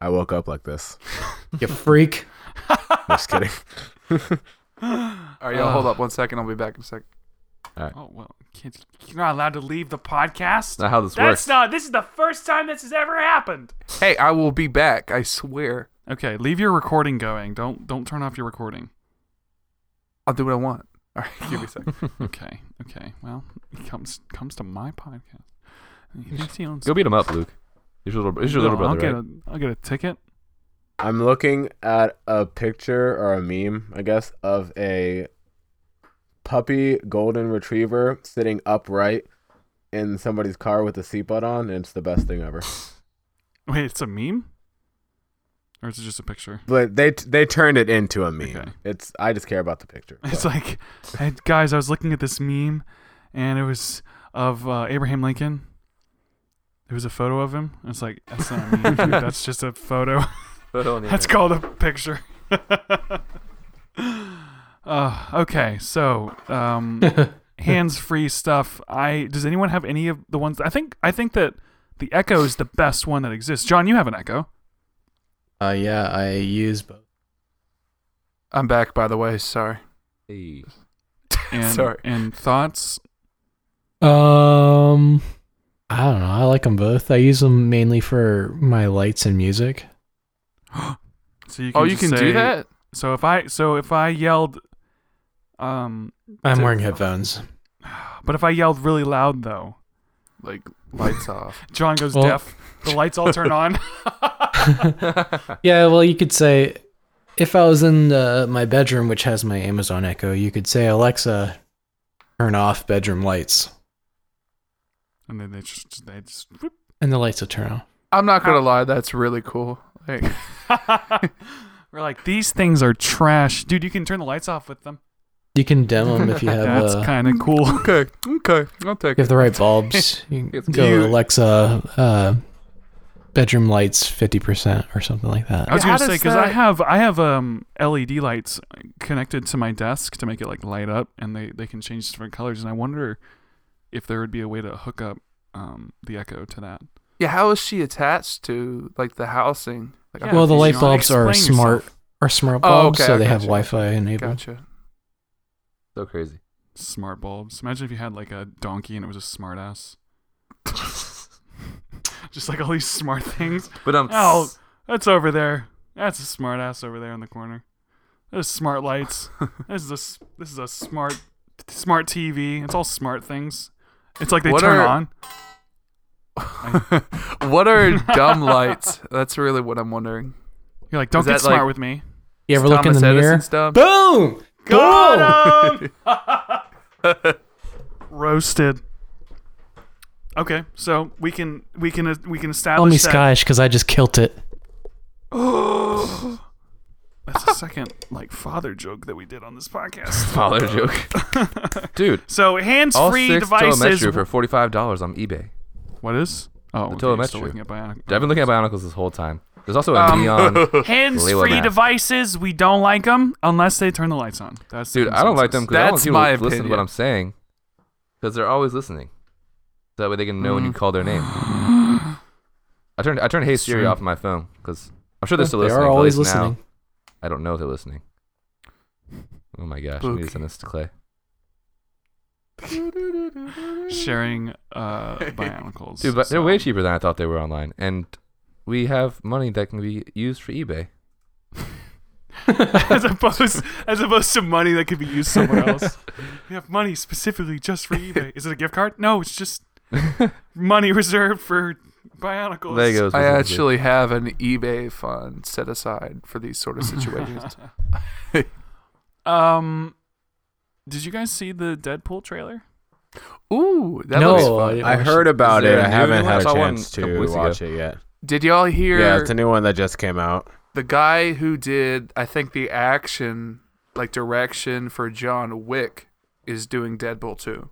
I woke up like this. (laughs) You freak. (laughs) Just kidding. All right, y'all, hold up one second. I'll be back in a second. Oh well, kids, you're not allowed to leave the podcast. not how this That's works. not. This is the first time this has ever happened. Hey, I will be back. I swear. Okay, leave your recording going. Don't don't turn off your recording. I'll do what I want. All right, give me a second. Okay, okay. Well, it comes comes to my podcast. He thinks he owns- Go beat him up, Luke. He's your little, he's your little No, I'll brother, get right? a, I'll get a ticket. I'm looking at a picture or a meme, I guess, of a puppy golden retriever sitting upright in somebody's car with a seatbelt on, and it's the best thing ever. Wait, it's a meme, or is it just a picture? (laughs) But they they turned it into a meme. Okay. It's I just care about the (laughs) picture. It's like, hey, guys, I was looking at this meme, and it was of uh, Abraham Lincoln. It was a photo of him. and It's like that's not a meme. (laughs) dude. That's just a photo. That's called a picture. (laughs) uh, okay, so um, Uh, (laughs) hands free stuff. I does anyone have any of the ones? I think I think that the Echo is the best one that exists. John, you have an (laughs) Echo. Uh, yeah, I use both. I'm back, by the way. Sorry. Hey. And, Sorry. And thoughts? Um, I don't know. I like them both. I use them mainly for my lights and music. So you oh, you just can say- do that? So if I so if I yelled, um, I'm Dude. wearing headphones. but if I yelled really loud though, Like, lights off. John goes Well- deaf. The lights all turn on. Yeah, well, you could say if I was in the, my bedroom, which has my Amazon Echo, you could say Alexa, turn off bedroom lights, (laughs) and then they just they just. whoop. and the lights will turn off. (laughs) I'm not going to lie. That's really cool. Like, (laughs) We're like these things are trash, dude. You can turn the lights off with them. You can demo them (laughs) if you have That's uh, kind of cool. okay, okay. I'll (laughs) take you have it. the right bulbs. You can It's go cute. Alexa, uh, bedroom lights fifty percent or something like I that. was Yeah, gonna how say does because I that- have I have um LED lights connected to my desk to make it like light up, and they they can change different colors. And I wonder if there would be a way to hook up um the Echo to that. Yeah, how is she attached to, like, the housing? Like, I'm Yeah, well, the please, light John, bulbs are explain smart yourself. are smart Oh, bulbs, okay, so I they have gotcha. Wi-Fi enabled. Gotcha. (laughs) So crazy. Smart bulbs. Imagine if you had like a donkey and it was a smart (laughs) ass. Just like all these smart things. But um, Oh, that's over there. That's a smart ass over there in the corner. Those smart lights. this is a s- this is a smart smart TV. It's all smart things. It's like they What turn are- on. (laughs) what are dumb lights? That's really what I'm wondering. You're like, don't Is get that smart like- with me. You ever look in Thomas the Edison mirror? (laughs) stuff? oh, Boom! Got him! (laughs) Roasted. Okay, so we can we can uh, we can Call me establish that. Scottish because I just kilt it. (gasps) That's the second like father joke that we did on this podcast. father joke, dude. So hands All free six devices. telemetry for forty-five dollars on eBay. what is? Oh, okay, I'm telemetry. still looking at Bionic. I've been looking at Bionicles this whole time. There's also a Um, neon. Hands Lay with free that. devices, we don't like them unless they turn the lights on. That's the Dude, I don't like consensus. them because I don't want That's people my to listen to what opinion. I'm saying because they're always listening. That way they can know when you call their name. I turned I turned Hey Siri true. off my phone because I'm sure they're still they listening. are but at always least now (laughs) listening. I don't know if they're listening. Oh my gosh, I need to Spooky. send this to Clay. (gasps) (laughs) (gasps) sharing uh Bionicles. Dude, but they're so- way cheaper than I thought they were online, and we have money that can be used for (laughs) eBay. (laughs) (laughs) as opposed as opposed to money that could be used somewhere (laughs) else. we have money specifically just for eBay. Is it a gift card? No, it's just money reserved for Bionicles. There goes. I actually have an eBay fund set aside for these (laughs) (laughs) sort of situations. Um, did you guys see the Deadpool trailer? Ooh, that looks No, fun. I heard about Is it. there I a new haven't one? I had a saw one chance a couple to weeks ago. watch it yet. Did y'all hear Yeah, it's a new one that just came out. the guy who did I think the action like direction for John Wick is doing Deadpool 2.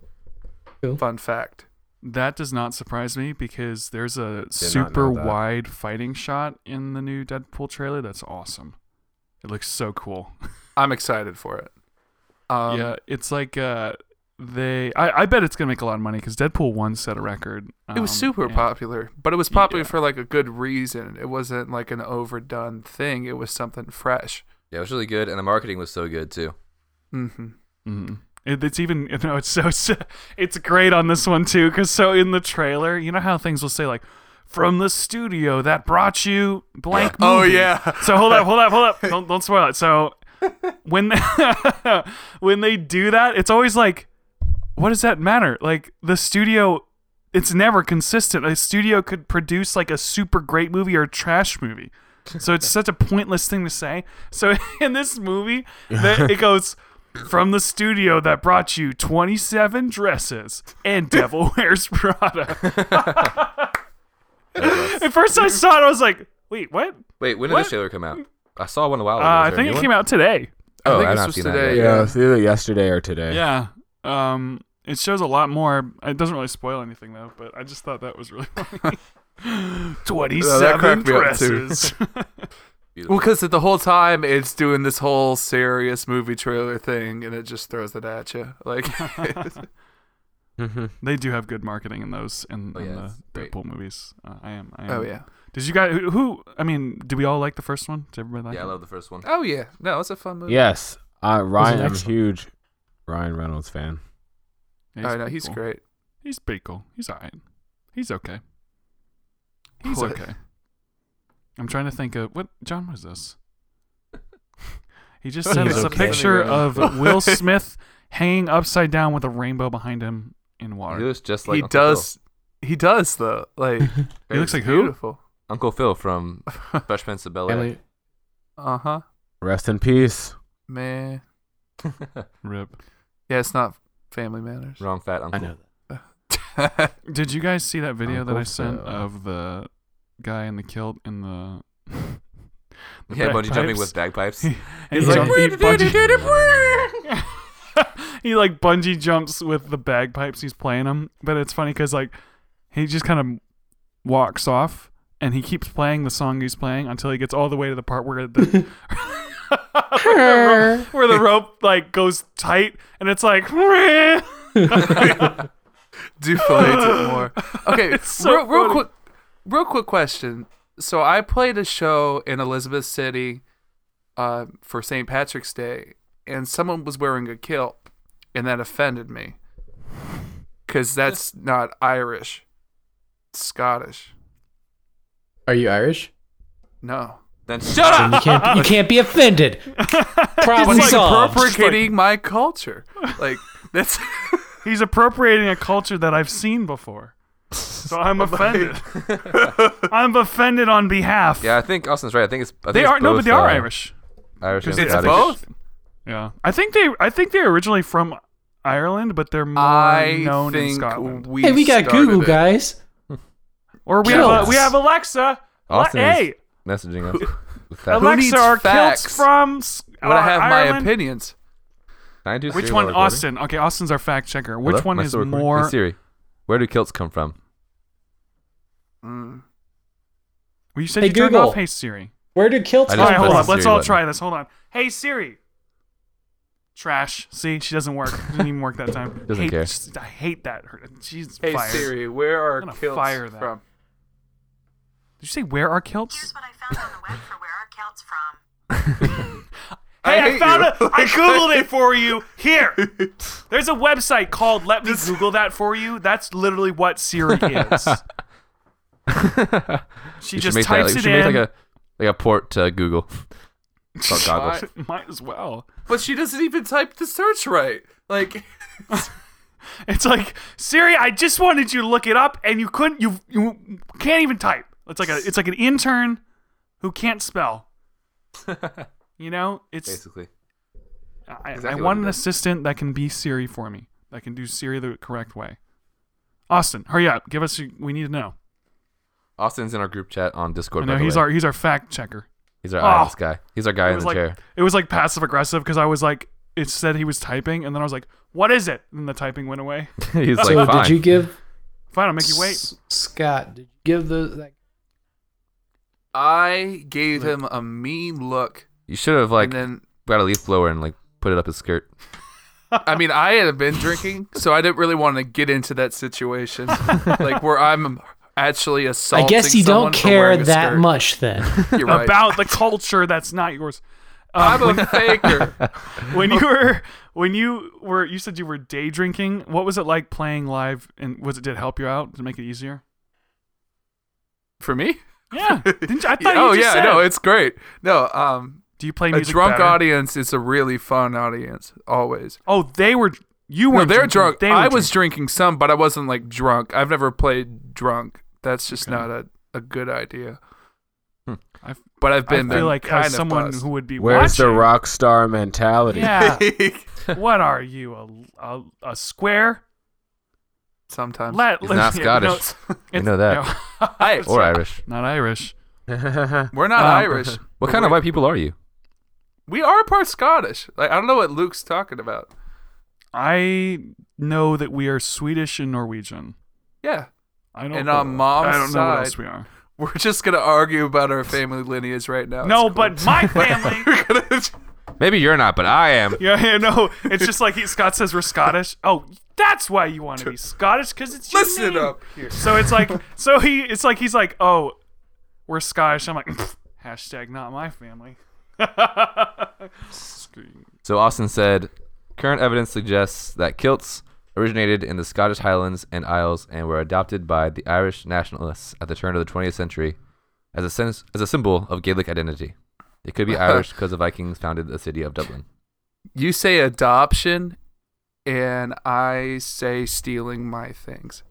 Cool. Fun fact. That does not surprise me because there's a know super that. wide fighting shot in the new Deadpool trailer. That's awesome. It looks so cool. I'm excited for it. Um, yeah, it's like uh, they. I, I bet it's gonna make a lot of money because Deadpool one set a record. It was um, super and- popular, but it was popular Yeah. for like a good reason. It wasn't like an overdone thing. It was something fresh. (laughs) Yeah, it was really good, and the marketing was so good too. Mm-hmm. It, it's even (laughs) you know it's so it's, it's great on this one too because so in the trailer you know how things will say like from the studio that brought you blank. Oh, movie." yeah. So hold up, hold up, hold (laughs) up. Don't don't spoil it. So when (laughs) when they do that, it's always like, what does that matter? Like the studio. It's never consistent. A studio could produce like a super great movie or a trash movie. So (laughs) it's such a pointless thing to say. So (laughs) in this movie, that it goes from the studio that brought you 27 dresses and (laughs) Devil Wears Prada. At first I saw it, I was like, wait, what? Wait, when did this trailer come out? I saw one Oh, a while ago. Uh, I think it came out today. Oh, I think I've this not was seen today. that. yet. Yeah, it's either yesterday or today. Yeah. Um, it shows a lot more. It doesn't really spoil anything though, but I just thought that was really (laughs) funny. (laughs) Twenty-seven cracked me up, too. dresses. Well, because the whole time it's doing this whole serious movie trailer thing, and it just throws it at you. Like, (laughs) (laughs) Mm-hmm. (laughs) they do have good marketing in those in, Oh, in yeah, the it's great. Deadpool movies. Uh, I am. I am. oh yeah, Did you guys? Who, who? I mean, do we all like the first one? Did everybody like Yeah, I it? love the first one. oh yeah. No, it's a fun movie. Yes, uh, Ryan. I'm a excellent. huge Ryan Reynolds fan. Yeah, Oh no, he's pretty cool. great. He's pretty cool. He's all right. He's okay. He's What? okay. I'm trying to think of what John was this. He just sent He's us a okay. picture Yeah. of Will Smith hanging upside down with a rainbow behind him in water. He looks just like he Uncle does. He does though. Like, Phil. (laughs) he looks like who? (laughs) beautiful. Uncle Phil from Fresh Prince of Bel Air. Family- Uh huh. Rest in peace. Man. Rip. Yeah, it's not Family Matters. (laughs) Wrong fat I uncle. know. (laughs) Did you guys see that video that I Uncle sent Phil. of the guy in the kilt in the? the Yeah, bungee jumping bagpipes? (laughs) with bagpipes. He- He's he like, jumped- he (laughs) bungee- he like bungee jumps with the bagpipes he's playing them but it's funny because like he just kind of walks off and he keeps playing the song he's playing until he gets all the way to the part where the (laughs) where the rope, where the rope, like goes tight and it's like (laughs) do relates it (laughs) more. Okay, It's so real, real funny. quick, real quick question. So I played a show in Elizabeth City uh, for St. Patrick's Day, and someone was wearing a kilt, and that offended me (laughs) because that's not Irish, it's Scottish. Are you Irish? No, Then shut up! Then you can't. You can't be offended. Problem it's like solved. appropriating my (laughs) culture. Like that's he's appropriating a culture that i've seen before so (laughs) i'm offended (laughs) i'm offended on behalf Yeah, I think Austin's right. I think it's. I think they it's are no but both, they are uh, irish Irish and it's Scottish. both. Yeah, I think they. I think they're originally from Ireland, but they're more I known in think Scotland. we. Hey, we got started Google, it. guys. or we have, Kilts. we have Alexa. Le- Austin is hey, messaging us. with that. Alexa, needs are facts kilts from s- When I uh, have Ireland? my opinions. Can I do Which Siri one, while recording? Austin? Okay, Austin's our fact checker. Which Hello? one Am I is still recording? more? Hey, Siri, where do kilts come from? Mm. Well, you said Hey, you turned Google. off. Hey Siri. Where do kilts I All just right, hold pressed on. the Let's Siri all button. try this. Hold on. Hey Siri. Trash. See, she doesn't work. Didn't even work that time. Doesn't hate, care. just- I hate that. Her- She's Hey fired. Siri, where are I'm gonna kilts fire that. from? Did you say where are kilts? Here's what I found on the web for where our counts from. (laughs) Hey, I, hate found you. (laughs) it. I googled it for you. Here, there's a website called "Let Me (laughs) Google That for You." That's literally what Siri is. she You should just make that, types like, you it should in. make like a like a port to (laughs) Google. Or goggles. Might as well. But she doesn't even type the search right. Like, (laughs) It's like Siri. I just wanted you to look it up, and you couldn't. You you can't even type. It's like a it's like an intern who can't (laughs) spell. You know, it's Basically, I, I Exactly what want it an is. assistant that can be Siri for me, that can do Siri the correct way. Austin, hurry up! Give us. your- We need to know. Austin's in our group chat on Discord. I by know the he's way. our he's our fact checker. he's our Oh. Irish guy. He's our it guy in was the like (laughs) chair. (laughs) it was like passive aggressive because I was like it said he was typing and then I was like what is it and the typing went (laughs) away. he's like, So fine. did you give Fine, I'll make you wait. S- Scott? Did you give the that I gave him a mean look. You should have and like then, got a leaf blower and like put it up his skirt. I mean, I had been drinking, so I didn't really want to get into that (laughs) situation. like, where I'm actually assaulting I guess you someone don't for care wearing a that skirt. much then. You're right. (laughs) About the culture that's not yours. (laughs) Um, I'm a faker. (laughs) when you were when you were you said you were day drinking what was it like playing live and was it did it help you out did it make it easier For me? (laughs) yeah Didn't (laughs) you, i thought Oh you yeah, just said no, it's great. No, um, do you play a music drunk better? audience is a really fun audience always. oh they were you No, were they're drunk. they were I was drinking some, but I wasn't like drunk. I've never played drunk. That's just Okay. not a, a good idea. Hmm. I've- but I've been I feel there like kind as of someone buzzed. (laughs) who would be Where's the watching, rock star mentality? (laughs) yeah (laughs) what are you a, a, a square sometimes. Let, He's not yeah, Scottish. no, You know that. no. (laughs) (laughs) Hey, Or Irish. not irish Uh, we're not Um, Irish. What kind of white people are you? We are part Scottish. Like I don't know what Luke's talking about. i know that we are swedish and norwegian Yeah, i don't And on mom's i don't know what else side- we are we're just gonna argue about our family lineage right now. no It's cool. but (laughs) my family We're gonna- Maybe you're not, but I am. Yeah, yeah, no. It's just like he, Scott says we're Scottish. Oh, that's why you want to be Scottish because it's your (laughs) listen name. up here. So it's like, so he, it's like he's like, oh, we're Scottish. I'm like, (laughs) "Pfft, hashtag not my family. So Austin said, current evidence suggests that kilts originated in the Scottish Highlands and Isles and were adopted by the Irish nationalists at the turn of the 20th century as a sen- as a symbol of Gaelic identity. It could be (laughs) Irish because the Vikings founded the city of Dublin. You say adoption, and I say stealing my things.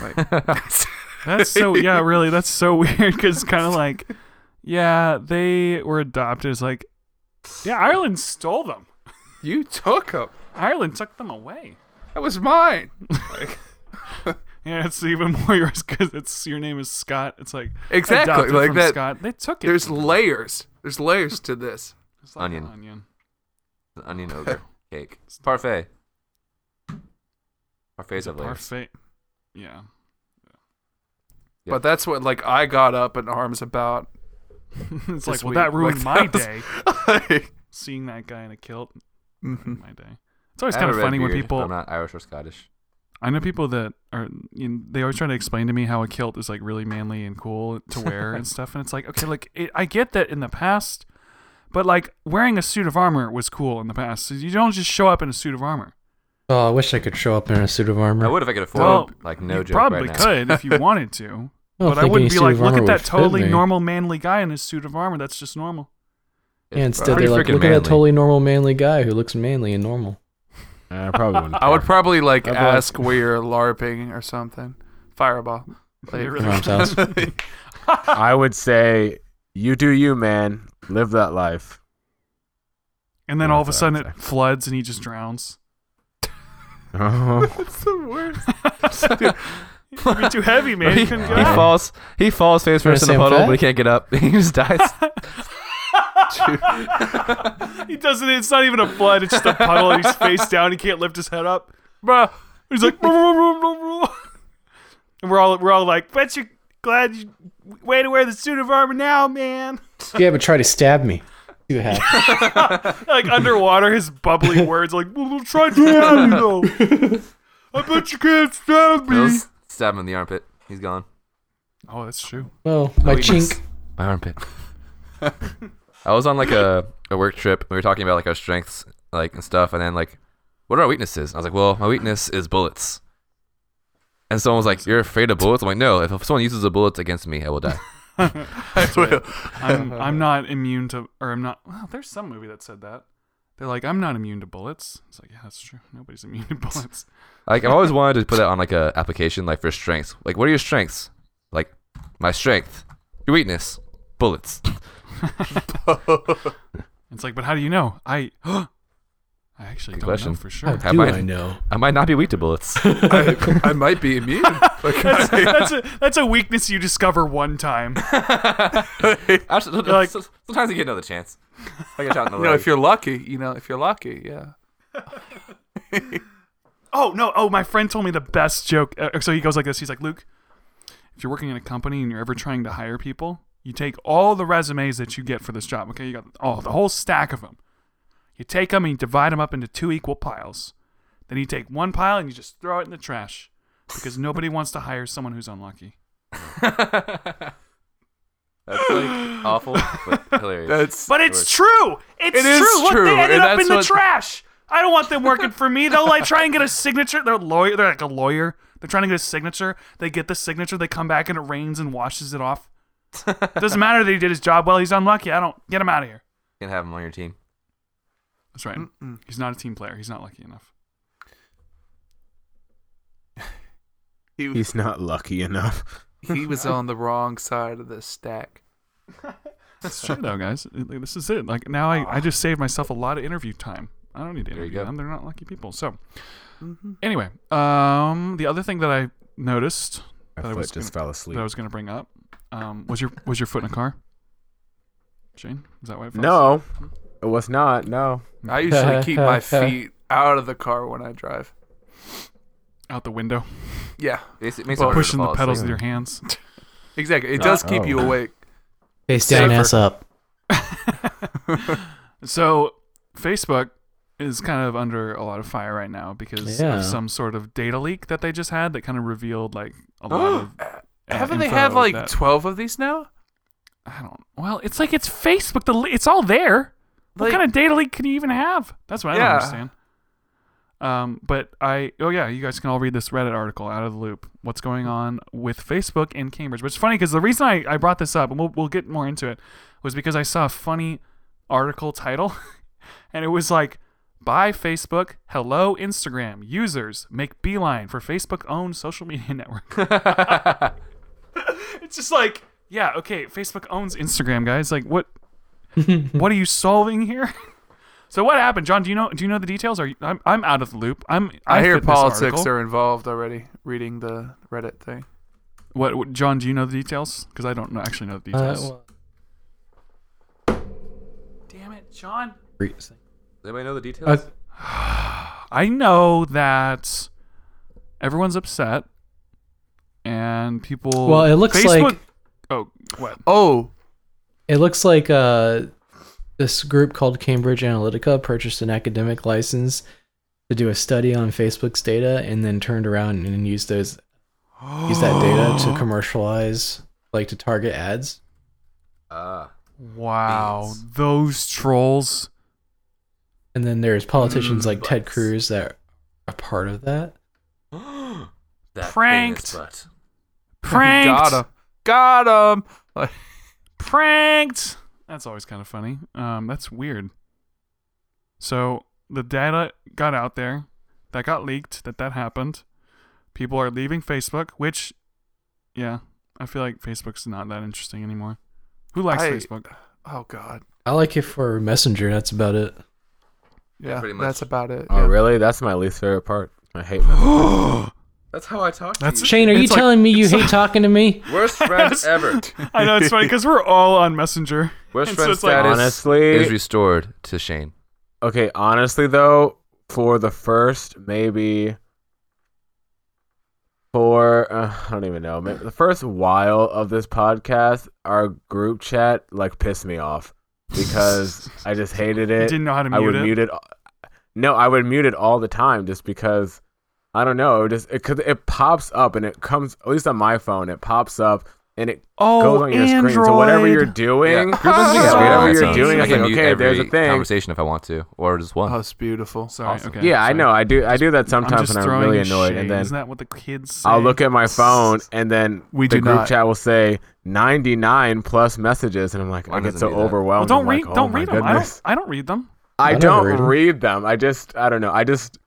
Like, (laughs) (laughs) (laughs) That's so yeah, really. That's so (laughs) weird because kind of like, yeah, they were adopted. It's like, yeah, Ireland stole them. you took them. Ireland took them away. That was mine. Yeah, it's even (laughs) more yours because it's your name is Scott. It's like Exactly, adopted like from that- Scott. They took it. There's layers. There's layers (laughs) to this. It's like an onion. onion. The onion ogre cake. It's parfait. Parfaits of layers. Parfait. Yeah. (laughs) Yeah. But that's what like I got up in (laughs) arms about. it's like, This well, week, that ruined like, my that was- day. Seeing that guy in a kilt ruined Mhm. Oh my day. It's always Hmm. I kind have of a red funny when beard, but I'm people. not Irish or Scottish. I know people that are. You know, they always try to explain to me how a kilt is like really manly and cool (laughs) to wear and stuff, and it's like, okay, like it, I get that in the past, but like wearing a suit of armor was cool in the past. So you don't just show up in a suit of armor. (laughs) Oh, I wish I could show up in a suit of armor. I would if I could afford Well, it. Like no you joke probably right now. could if (laughs) you wanted to, don't but I think wouldn't any be suit like, of look armor at would that fit totally me." normal manly guy in his suit of armor. That's just normal. It's Yeah, instead pretty they're like, freaking look at that manly. totally normal manly guy who looks manly and normal. I probably wouldn't. I would probably like I'd be like- ask where you're larping or something. (laughs) Fireball. They really- Mom's house. (laughs) (laughs) I would say, you do you, man. Live (laughs) that life. (laughs) And then Yeah, all of a that's sudden it exactly. floods and he just (laughs) drowns. (laughs) Oh, That's the worst. It'd be too heavy, man. he, You couldn't he get out. falls. He falls face Wanna first in say the I'm puddle, fat? but he can't get up. (laughs) He (laughs) just dies. (laughs) He doesn't. It's not even a flood. It's just a puddle. and he's face down. He can't lift his head up. Bruh. He's like. "Bruh, bruh, bruh, bruh, bruh." (laughs) and we're all we're all like, bet you're glad you way to wear the suit of armor now, man. (laughs) yeah, but try to stab me. See what happens. Like underwater, his bubbly words are like, well, we'll try to drown you though. I bet you can't stab me. Bills stab him in the armpit. He's gone. Oh, that's (laughs) true. Well, my he's- chink. (laughs) My armpit. I was on like a, a work trip. We were talking about like our strengths, like and stuff, and then like, what are our weaknesses? And I was like, well, my weakness is bullets. And someone was like, you're afraid of bullets? I'm like, no. If someone uses a bullet against me, I (laughs) will die. I'm I'm (laughs) not immune to, or I'm not. Well, there's some movie that said that. They're like, I'm not immune to bullets. It's like, yeah, that's true. Nobody's immune to bullets. Like I've always wanted to put that on like a application, like for strengths. Like, what are your strengths? Like, my strength. Your weakness. Bullets. It's like, but how do you know? I, (gasps) I actually Good don't question. know for How sure. Have Oh, do I- I know? I might not be weak to bullets. (laughs) I, I might be immune. (laughs) Like, That's, (laughs) that's a that's a weakness you discover one time. Actually, like- so- sometimes you get another chance. I get shot (laughs) in the you know, leg. if you're lucky, you know, if you're lucky, yeah. Oh no! Oh, my friend told me the best joke. Uh, so he goes like this. He's like, Luke, if you're working in a company and you're ever trying to hire people, you take all the resumes that you get for this job. Okay, you got all the whole stack of them. You take them and you divide them up into two equal piles. Then you take one pile and you just throw it in the trash because nobody wants to hire someone who's unlucky. That's like awful, (laughs) but hilarious. That's But it's true. It's It is true. Look, true, they ended and up in that's the what- trash. I don't (laughs) want them working for me. They'll like try and get a signature. They're lawyer. They're like a lawyer. They're trying to get a signature. They get the signature. They come back and it rains and washes it (laughs) off. Doesn't matter that he did his job well. He's unlucky. I don't get him out of here. you can have him on your team. That's (laughs) right. He's not a team player. He's not lucky enough. he, was- He's not lucky enough. he was on the wrong side of the stack. It's true though, guys. Like, This is it. Like now, I, I just saved myself a lot of interview time. I don't need to There you interview go. them. They're not lucky people. So, anyway, um, the other thing that I noticed My Thought it foot was just fell asleep. that I was going to bring up um, was your was your foot in a car? Shane, is that why it fell? No, it was not. No. I usually (laughs) keep my feet out of the car when I drive. out the window, Yeah, It makes it Well, harder to pushing the fall pedals asleep. with your (laughs) hands. (laughs) exactly. It does keep you Oh. awake. Face down, Safer. ass up. So Facebook is kind of under a lot of fire right now because Yeah. of some sort of data leak that they just had that kind of revealed like (gasps) a lot of. uh, Haven't they info had like that- twelve of these now? I don't. Well, it's like it's Facebook. The li- it's all there. what Like- kind of data leak can you even have? That's what I don't Yeah. understand. Um, but I oh yeah, you guys can all read this Reddit article out of the loop. What's going on with Facebook in Cambridge? Which is funny because the reason I, I brought this up and we'll we'll get more into it was because I saw a funny article title, (laughs) and it was like. Buy Facebook, hello Instagram. Users make beeline for Facebook-owned social media (laughs) network. (laughs) it's just like, yeah, okay, Facebook owns Instagram, guys. Like, (laughs) what? what are you solving here? So what happened, John? Do you know? Do you know the details? Are you, I'm I'm out of the loop. I'm I, I, hear fit this politics article. are involved already. Reading the Reddit thing. What, what- John? Do you know the details? Because I don't know, actually know the Uh, details. well, Damn it, John! re- Does anybody know the details? Uh, I know that everyone's upset and people. Well, it looks Facebook, like- Oh, what? (laughs) Oh, It looks like uh, this group called Cambridge Analytica purchased an academic license to do a study on Facebook's data, and then turned around and used those use that data (gasps) to commercialize, like to target ads. Ah. (gasps) Wow, Beans. those (laughs) trolls. And then there's politicians Mm, like Ted butts. Cruz that are a part of that. that thing is Pranked. butt. Pranked. got him, got him. Like, pranked. That's always kind of funny. Um, that's weird. So the data got out there, that got leaked, that that happened. People are leaving Facebook, which, yeah, I feel like Facebook's not that interesting anymore. Who likes I- Facebook? (laughs) oh God. I like it for Messenger. That's about it. Yeah, pretty much. that's about it. Oh, yeah. really? That's my least favorite part. (gasps) I hate my That's how I talk to That's- you. Shane, are you It's like- telling me you it's hate talking to me? (laughs) Worst (gasps) friends ever. I know it's funny because we're all on Messenger. Worst And so friends it's like- status Honestly- is restored to Shane. Okay, honestly though, for the first maybe for uh, I don't even know. ma- The first while of this podcast, our group chat like pissed me off because I just (laughs) hated You it. didn't know how to I mute would it. mute it. No, I would mute it all the time just because I don't know. It just it, 'cause it pops up and it comes at least on my phone. It pops up and it Oh, goes on your screen. So whatever you're Android. (laughs) doing, Yeah. is yeah, so whatever easy. you're doing, I it's like can mute okay, there's a every thing. Conversation if I want to, or just one. Oh, it's beautiful. Sorry. Awesome. Okay. Yeah, I sorry. know. I do. I do that I'm sometimes just when I'm throwing really shade. annoyed, and then isn't that what the kids say? I'll look at my phone, and then We the do group not. chat will say 99 plus messages, and I'm like, Mine I get doesn't so do that. Well, overwhelmed. don't I'm read. like, oh don't my read them. goodness. I don't. I don't read them. I I don't never read 'em. read them. I just. I don't know. I just.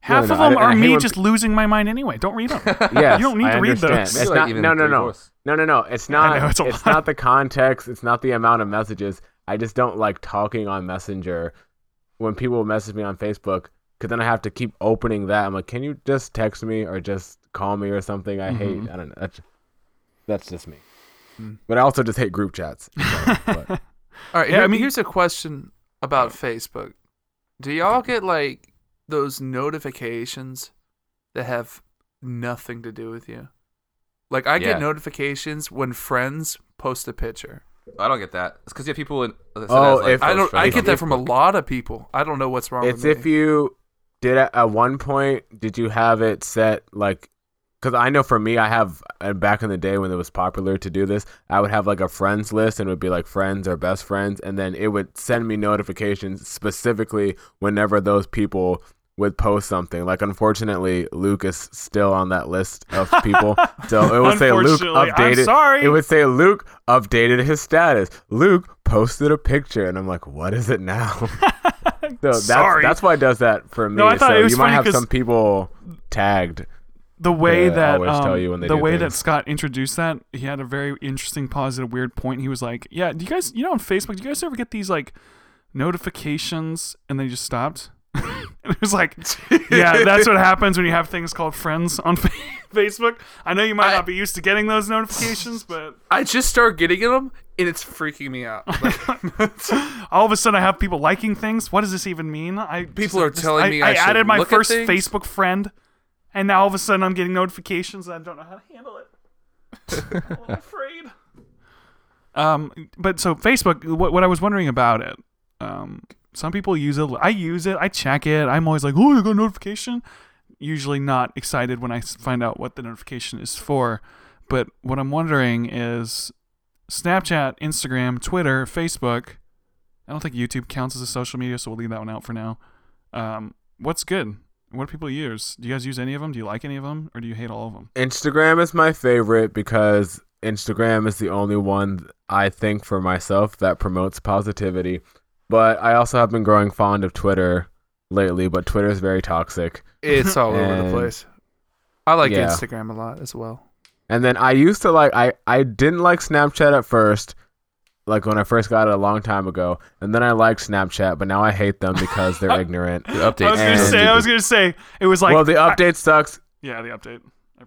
Half no, of I- them I are hate me when just losing my mind anyway. Don't read (laughs) them. Yes, you don't need I to read understand. those. It's Maybe like not. even no, no, no, three-fourths. no, no, no. It's not. know, it's it's a lot. not the context. It's not the amount of messages. I just don't like talking on Messenger when people message me on Facebook because then I have to keep opening that. I'm like, can you just text me or just call me or something? I Mm-hmm. hate. I don't know. That's, that's just me. Mm. But I also just hate group (laughs) chats. in general, but- All Yeah, right. here- I mean- here's a question about Facebook. Do y'all get like those notifications that have nothing to do with you? Like I Yeah. get notifications when friends post a picture. I don't get that. It's because you have people in. so that's Oh, like if- I don't. first I friends get on that from a Facebook. (laughs) lot of people. I don't know what's wrong it's with if me. you did at, at one point. Did you have it set like because I know for me, I have uh, back in the day when it was popular to do this, I would have like a friends list and it would be like friends or best friends, and then it would send me notifications specifically whenever those people would post something. Like unfortunately, Luke is still on that list of people, so it would say Luke Unfortunately, I'm updated. sorry. It would say Luke updated his status. Luke posted a picture, and I'm like, what is it now? So that's, Sorry. that's why it does that for me. No, I thought so it was you might funny have 'cause- some people tagged. the way Yeah, I that always tell um, you when they the do way that things. Scott introduced that, he had a very interesting, positive, weird point. He was like, "Yeah, do you guys, you know, on Facebook, do you guys ever get these like notifications?" And they just stopped. (laughs) and it was (laughs) like, (laughs) (laughs) "Yeah, that's what happens when you have things called friends on (laughs) Fa- Facebook." I know you might I- not be used to getting those (laughs) notifications, but (laughs) I just start getting them, and it's freaking me out. Like, all of a sudden, I have people liking things. What does this even mean? I People are this- telling me I should added my look at first things? Facebook friend, and now all of a sudden I'm getting notifications. And I don't know how to handle it. (laughs) I'm a little afraid. Um, but so Facebook, what, what I was wondering about it, um, some people use it. I use it. I check it. I'm always like, oh, I got a notification. Usually not excited when I s- find out what the notification is for. But what I'm wondering is Snapchat, Instagram, Twitter, Facebook. I don't think YouTube counts as a social media, so we'll leave that one out for now. Um, what's good? What do people use? Do you guys use any of them? Do you like any of them, or do you hate all of them? Instagram is my favorite because Instagram is the only one I think for myself that promotes positivity. But I also have been growing fond of Twitter lately, but Twitter is very toxic. it's all over the And- place. I like Yeah. Instagram a lot as well. And then I used to like I I didn't like Snapchat at first, like when I first got it a long time ago, and then I liked Snapchat, but now I hate them because (laughs) they're ignorant. The updates. I was gonna And- say. I was gonna say it was like. well, the update sucks. yeah, the update.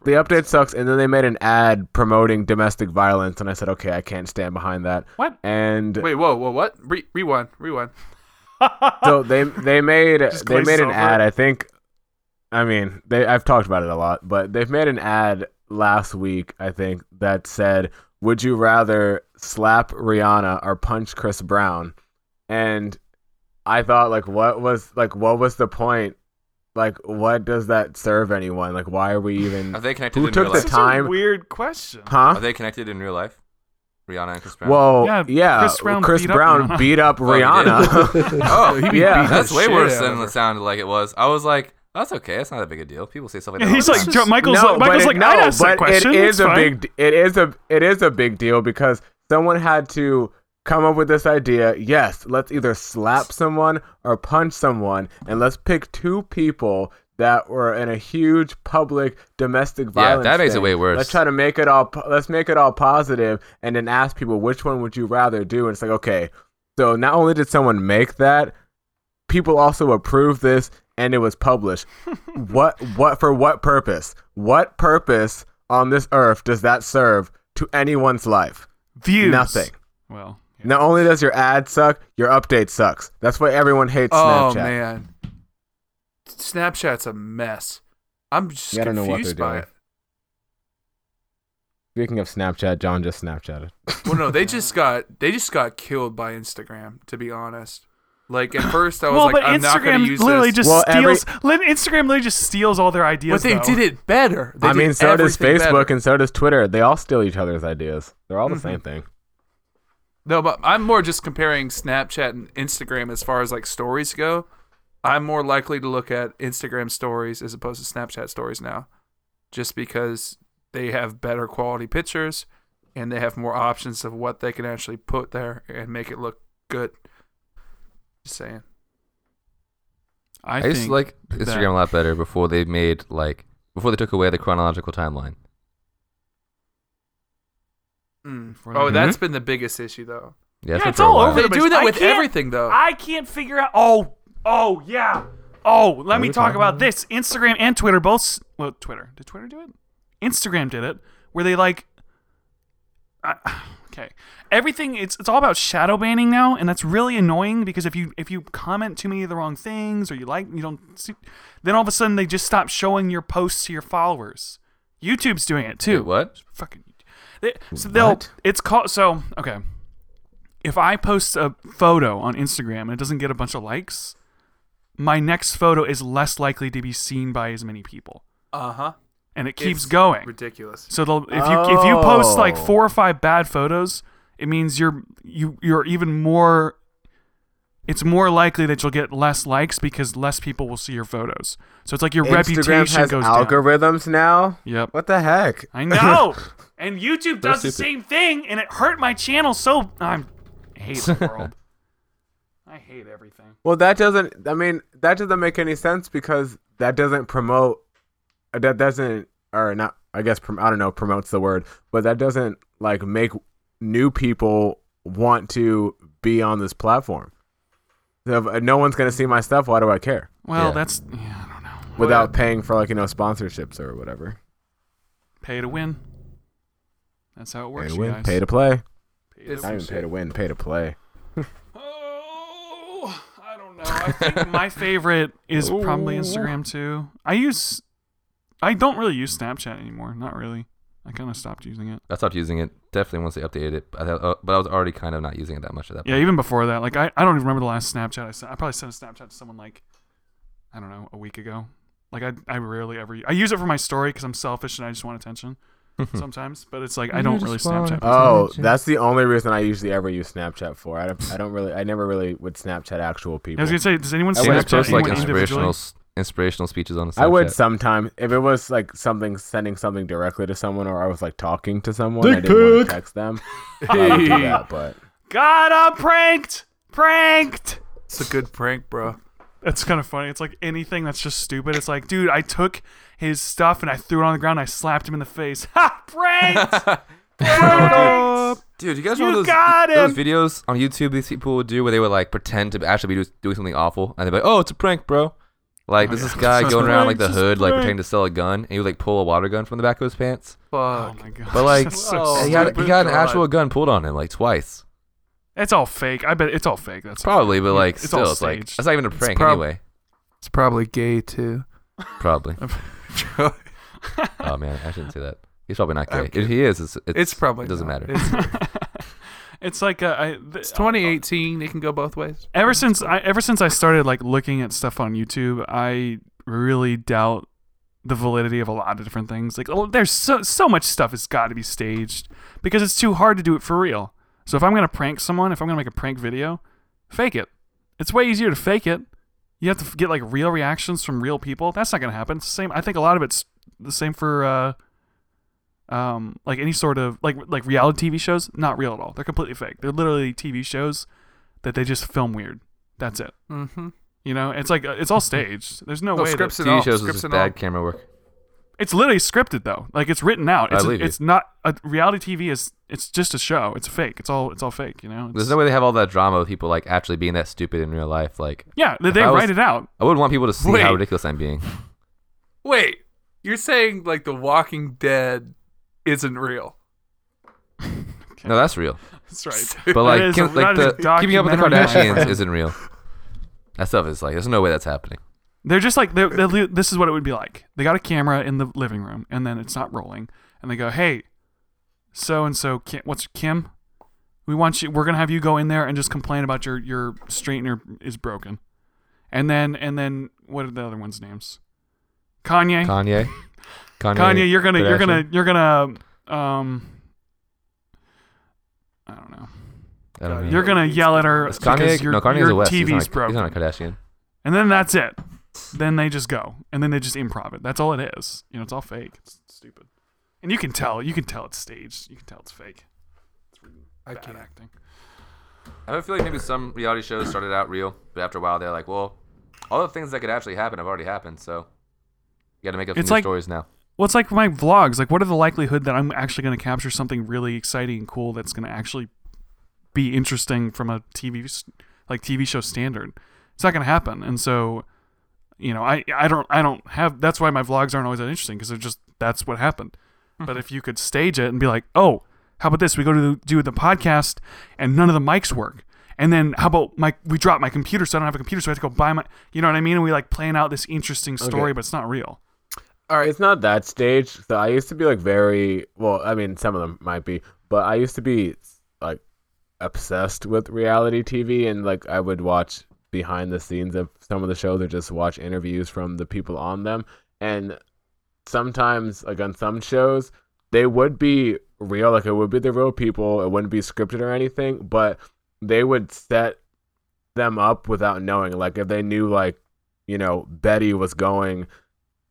The update sucks, and then they made an ad promoting domestic violence, and I said, okay, I can't stand behind that. What? And Wait, whoa, whoa, what? Re- rewind, rewind. so (laughs) they they made they glaze made an over ad. it. I think, I mean, they I've talked about it a lot, but they've made an ad last week. I think that said, "Would you rather slap Rihanna or punch Chris Brown?" And I thought, like, what was like, what was the point? Like, what does that serve anyone? Like, why are we even? Are they connected Who in took real the life? This is time- a weird question. huh? Are they connected in real life? Rihanna and Chris Brown. Oh, Well, Yeah, yeah, Chris Chris Brown Brown, beat up Rihanna. beat up (laughs) he Rihanna. did? (laughs) (laughs) (laughs) oh, He be Yeah. beating the that's way shit worse out of than her. it sounded like it was. I was like, that's okay. That's not a big a deal. People say stuff like that. And (laughs) he's all the like, time. "Jo- Michael's like, but Michael's it- like, I'd ask that but question. it it's is a fine." big, it is a, it is a big deal because someone had to come up with this idea. Yes, let's either slap someone or punch someone, and let's pick two people that were in a huge public domestic violence. that makes it thing. way worse. Let's try to make it all, po- let's make it all positive, and then ask people which one would you rather do, and it's like, okay, so not only did someone make that, people also approved this and it was (laughs) published. what what for what purpose? What purpose on this earth does that serve to anyone's life? views. Nothing. Well, yeah. Not only does your ad suck, your update sucks. That's why everyone hates Oh Snapchat. man, Snapchat's a mess. I'm just Yeah, I don't know what confused they're by doing. Speaking of Snapchat, John just Snapchatted. it. Well, no, they just got they just got killed by Instagram. To be honest, like at first I was well, like, but I'm not gonna Instagram use literally this. just Well, every- steals. li- Instagram literally just steals all their but ideas. they though. did it better. They I did mean, so does everything Facebook better. and so does Twitter. They all steal each other's ideas. They're all the Mm-hmm. Mhm. same thing. No, but I'm more just comparing Snapchat and Instagram as far as like stories go. I'm more likely to look at Instagram stories as opposed to Snapchat stories now, just because they have better quality pictures and they have more options of what they can actually put there and make it look good. Just saying. I, I used think to like that- Instagram a lot better before they made like before they took away the chronological timeline. Before Oh, they- that's been the biggest issue though. Yeah, yeah, for it's all a while. over. the They do place. that I with can't- everything, though. I can't figure out. Oh, oh yeah. Oh, let are me we talk talking about about? this. Instagram and Twitter both. s- Well, Twitter did Twitter do it? Instagram did it. Where they like. (sighs) I- (sighs) okay, everything. It's it's all about shadow banning now, and that's really annoying because if you if you comment too many of the wrong things or you like you don't see, then all of a sudden they just stop showing your posts to your followers. YouTube's doing it too. Wait, what? Fucking. They, so they'll. What? It's called. So okay if I post a photo on Instagram and it doesn't get a bunch of likes, my next photo is less likely to be seen by as many people. Uh huh. and it keeps It's going. Ridiculous. (laughs) So the, if you if you post like Oh. four or five bad photos, it means you're you you're even more. It's more likely that you'll get less likes because less people will see your photos. So it's like your Instagram reputation has goes down. algorithms now. Yep. What the heck? I (laughs) (laughs) know. and YouTube does the stupid. same thing, and it hurt my channel so. I'm, I hate (laughs) the world. I hate everything. Well, that doesn't. I mean, that doesn't make any sense because that doesn't promote. uh, That doesn't, or not. I guess prom, I don't know. Promotes the word, but that doesn't like make new people want to be on this platform. So if, uh, no one's gonna see my stuff. Why do I care? Well, Yeah. that's yeah, I don't know. Without paying for like you know sponsorships or whatever. Pay to win. That's how it Pay works, to you win, guys. pay to play. Pay to Not even pay to win, pay to play. Oh, I don't know. I (laughs) think my favorite (laughs) is probably Instagram too. I use, I don't really use Snapchat anymore. Not really. I kind of stopped using it. I stopped using it. Definitely once they updated it, but I, thought- uh, but I was already kind of not using it that much at that point. Yeah, even before that, like I, I don't even remember the last Snapchat I sent. I probably sent a Snapchat to someone like, I don't know, a week ago. Like I, I rarely ever. I use it for my story because I'm selfish and I just want attention (laughs) Hmm. sometimes. But it's like I don't really Snapchat. Uh, Oh, that's the only reason I usually ever use Snapchat for. I don't, I don't really, I never really would Snapchat actual I people. was gonna say, does anyone I would Snapchat just post like anyone inspirational, individually? s- inspirational speeches on. I would Snapchat. sometime if it was like something sending something directly to someone or I was like talking to someone. I didn't want to text them. I would do that, but God, I'm pranked. Pranked. It's a good prank, bro. That's kind of funny. It's like anything that's just stupid. It's like, dude, I took his stuff and I threw it on the ground. And I slapped him in the face. Ha! (laughs) Pranked. Pranked! Dude, you guys You remember those, got those him! videos on YouTube these people would do where they would like pretend to actually be do- doing something awful and they'd be like, oh, it's a prank, bro. Like, Oh, there's this guy going around like the Just hood, like prank. pretending to sell a gun, and he would like pull a water gun from the back of (laughs) his pants. Oh Fuck. my god. But, (laughs) like, That's so oh, And he stupid. got, he got an God. actual gun pulled on him like twice. it's all fake. I bet it's all fake. That's Probably, but like, It's all still, it's like, staged. that's not even a prank prob- anyway. It's probably gay (laughs) too. Probably. oh, man, I shouldn't say that. He's probably not gay. If he is, it's, it's, It's probably It doesn't not. (laughs) matter. (laughs) It's, it's like uh, I, th- it's 2018. It can go both ways. ever since I ever since I started like looking at stuff on YouTube, I really doubt the validity of a lot of different things. Like oh, there's so so much stuff has got to be staged because it's too hard to do it for real. So if I'm gonna prank someone, if I'm gonna make a prank video, fake it. It's way easier to fake it. You have to f- get like real reactions from real people. That's not gonna happen. It's the same. I think a lot of it's the same for. uh um, like any sort of like like reality TV shows, not real at all. They're completely fake. They're literally TV shows that they just film weird. That's it. Mm-hmm. You know, it's like uh, it's all staged. There's no, No way. that- scripts and all. TV shows is scripts just and bad all. camera work. it's literally scripted though. Like it's written out. I It's, a- believe you. it's not a reality TV is. It's just a show. It's fake. It's all. It's all fake. You know. It's- There's no way they have all that drama with people like actually being that stupid in real life. Like, yeah, they, If they I was- write it out. I wouldn't want people to see Wait. how ridiculous I'm being. Wait, you're saying like The Walking Dead isn't real? No, that's real. That's right. (laughs) But like, That is Kim- a- like that is the a keeping up with the documentary, my Kardashians friend. (laughs) isn't real. That stuff is like, there's no way that's happening. They're just like they're, they're, li- this is what it would be like. They got a camera in the living room, and then it's not rolling, and they go, "Hey, so and so, what's Kim? We want you. We're gonna have you go in there and just complain about your your straightener is broken, and then and then what are the other ones' names? Kanye. Kanye, Kanye, Kanye, you're gonna you're gonna Kardashian? you're gonna um, I don't know. I don't know. You're gonna yell at her It's Kanye. because your, no, Kanye's your a West. he's, TV's not a, broken. he's not a Kardashian. And then that's it. Then they just go. And then they just improv it. That's all it is. You know, it's all fake. It's stupid. And you can tell. You can tell it's staged. You can tell it's fake. I Bad can't. acting. I feel like maybe some reality shows started out real, but after a while they're like, well, all the things that could actually happen have already happened, so you got to make up some It's new like- stories now. Well, it's like my vlogs. Like, what are the likelihood that I'm actually going to capture something really exciting and cool that's going to actually be interesting from a TV, s- like TV show standard? It's not going to happen. And so, you know, I I don't I don't have. That's why my vlogs aren't always that interesting because they're just that's what happened. But if you could stage it and be like, oh, how about this? We go to the, do the podcast and none of the mics work. And then how about my we drop my computer so I don't have a computer so I have to go buy my you know what I mean? And we like plan out this interesting story, Okay. but it's not real. All right, it's not that staged. So I used to be like very well. I mean, some of them might be, but I used to be like obsessed with reality TV, and like I would watch behind the scenes of some of the shows, or just watch interviews from the people on them. And sometimes like on some shows they would be real like it would be the real people it wouldn't be scripted or anything but they would set them up without knowing like if they knew like you know betty was going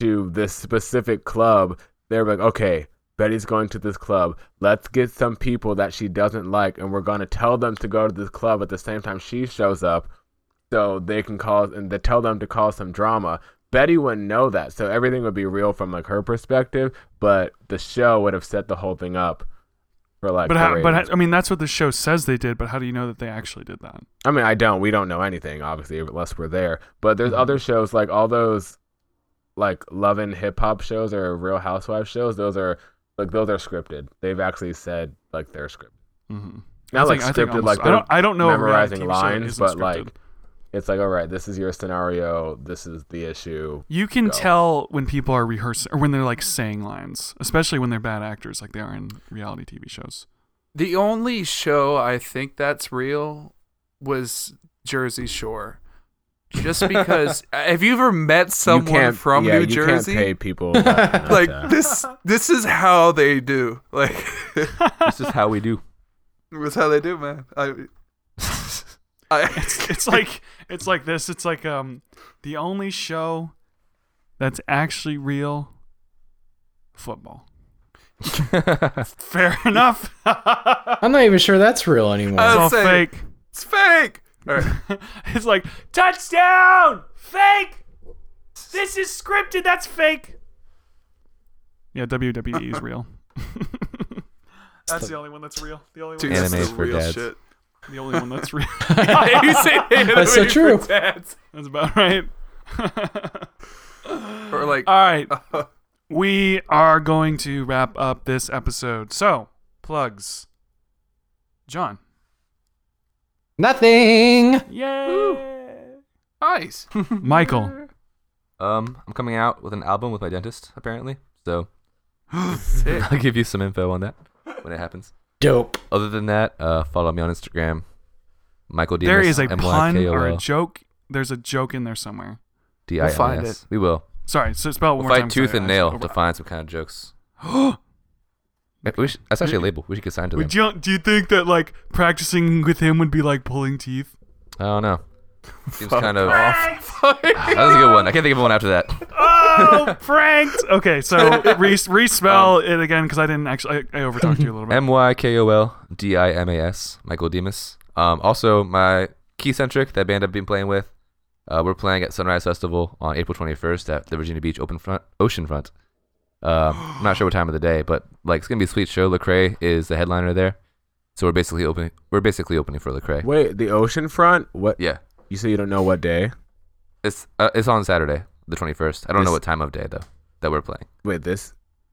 to this specific club they're like okay betty's going to this club let's get some people that she doesn't like and we're going to tell them to go to this club at the same time she shows up so they can cause and they tell them to cause some drama. Betty wouldn't know that, so everything would be real from like her perspective, but the show would have set the whole thing up for like. But the how, but how, ratings. I mean, that's what the show says they did. But how do you know that they actually did that? I mean, I don't. We don't know anything, obviously, unless we're there. But there's other shows like all those, like Love and Hip Hop shows or Real Housewives shows. Those are like those are scripted. They've actually said like they're scripted. Mm-hmm. Not like scripted, like I don't, they're I don't know of a reality memorizing TV show that lines, isn't but like scripted. it's like all right, this is your scenario. This is the issue. you can go. tell when people are rehearsing or when they're like saying lines, especially when they're bad actors, like they are in reality TV (laughs) shows. The only show I think that's real was Jersey Shore. Just because have you ever met you someone can't, from yeah, New you Jersey? Can't pay people that uh, amount (laughs) like to- this this is how they do. Like (laughs) this is how we do. that's how they do, man. I I (laughs) (laughs) It's like it's like this. It's like um the only show that's actually real. (laughs) Football. Fair enough. (laughs) it's I'm not even sure that's real anymore. Uh, all say- fake. it's fake. All right. (laughs) it's like touchdown fake this is scripted that's fake yeah wwe (laughs) is real that's the only one that's real the only one Dude, that's, this is Animes for real dads. shit. (laughs) the only one that's (laughs) real you say (laughs) That's so anime for true. dads. that's about (laughs) right Or like all right (laughs) we are going to wrap up this episode so plugs john Nothing. yay eyes. (laughs) michael Um, I'm coming out with an album with my dentist apparently, so (laughs) I'll give you some info on that when it happens. Dope. Other than that, uh, follow me on Instagram, Michael D. there is a pun or a joke there's a joke in there somewhere D I N S. We'll find it. We will. Sorry, so spell it one We'll more time. fight tooth sorry, and I- nail I- to find some kind of jokes. (gasps) Yeah, we should- that's actually a label. We should get signed to them. Would you, do you think that like practicing with him would be like pulling teeth? I don't know. Seems kind of. that was a good one. I can't think of one after that. (laughs) Oh, pranked. Okay, so re Um, respell it again because I didn't actually I, I overtalked you a little bit. M Y K O L D I M A S, Michael Demas. Um, also, my Key Centric, that band I've been playing with, uh, we're playing at Sunrise Festival on April 21st at the Virginia Beach Open Front Oceanfront. Um, I'm not sure what time of the day, but like it's gonna be a sweet show. Lecrae is the headliner there, so we're basically opening. We're basically opening for (laughs) Lecrae. Wait, the ocean front? What? Yeah, You say you don't know what day? it's uh, it's on Saturday, the 21st. I don't know This- what time of day though that we're playing. Wait, this?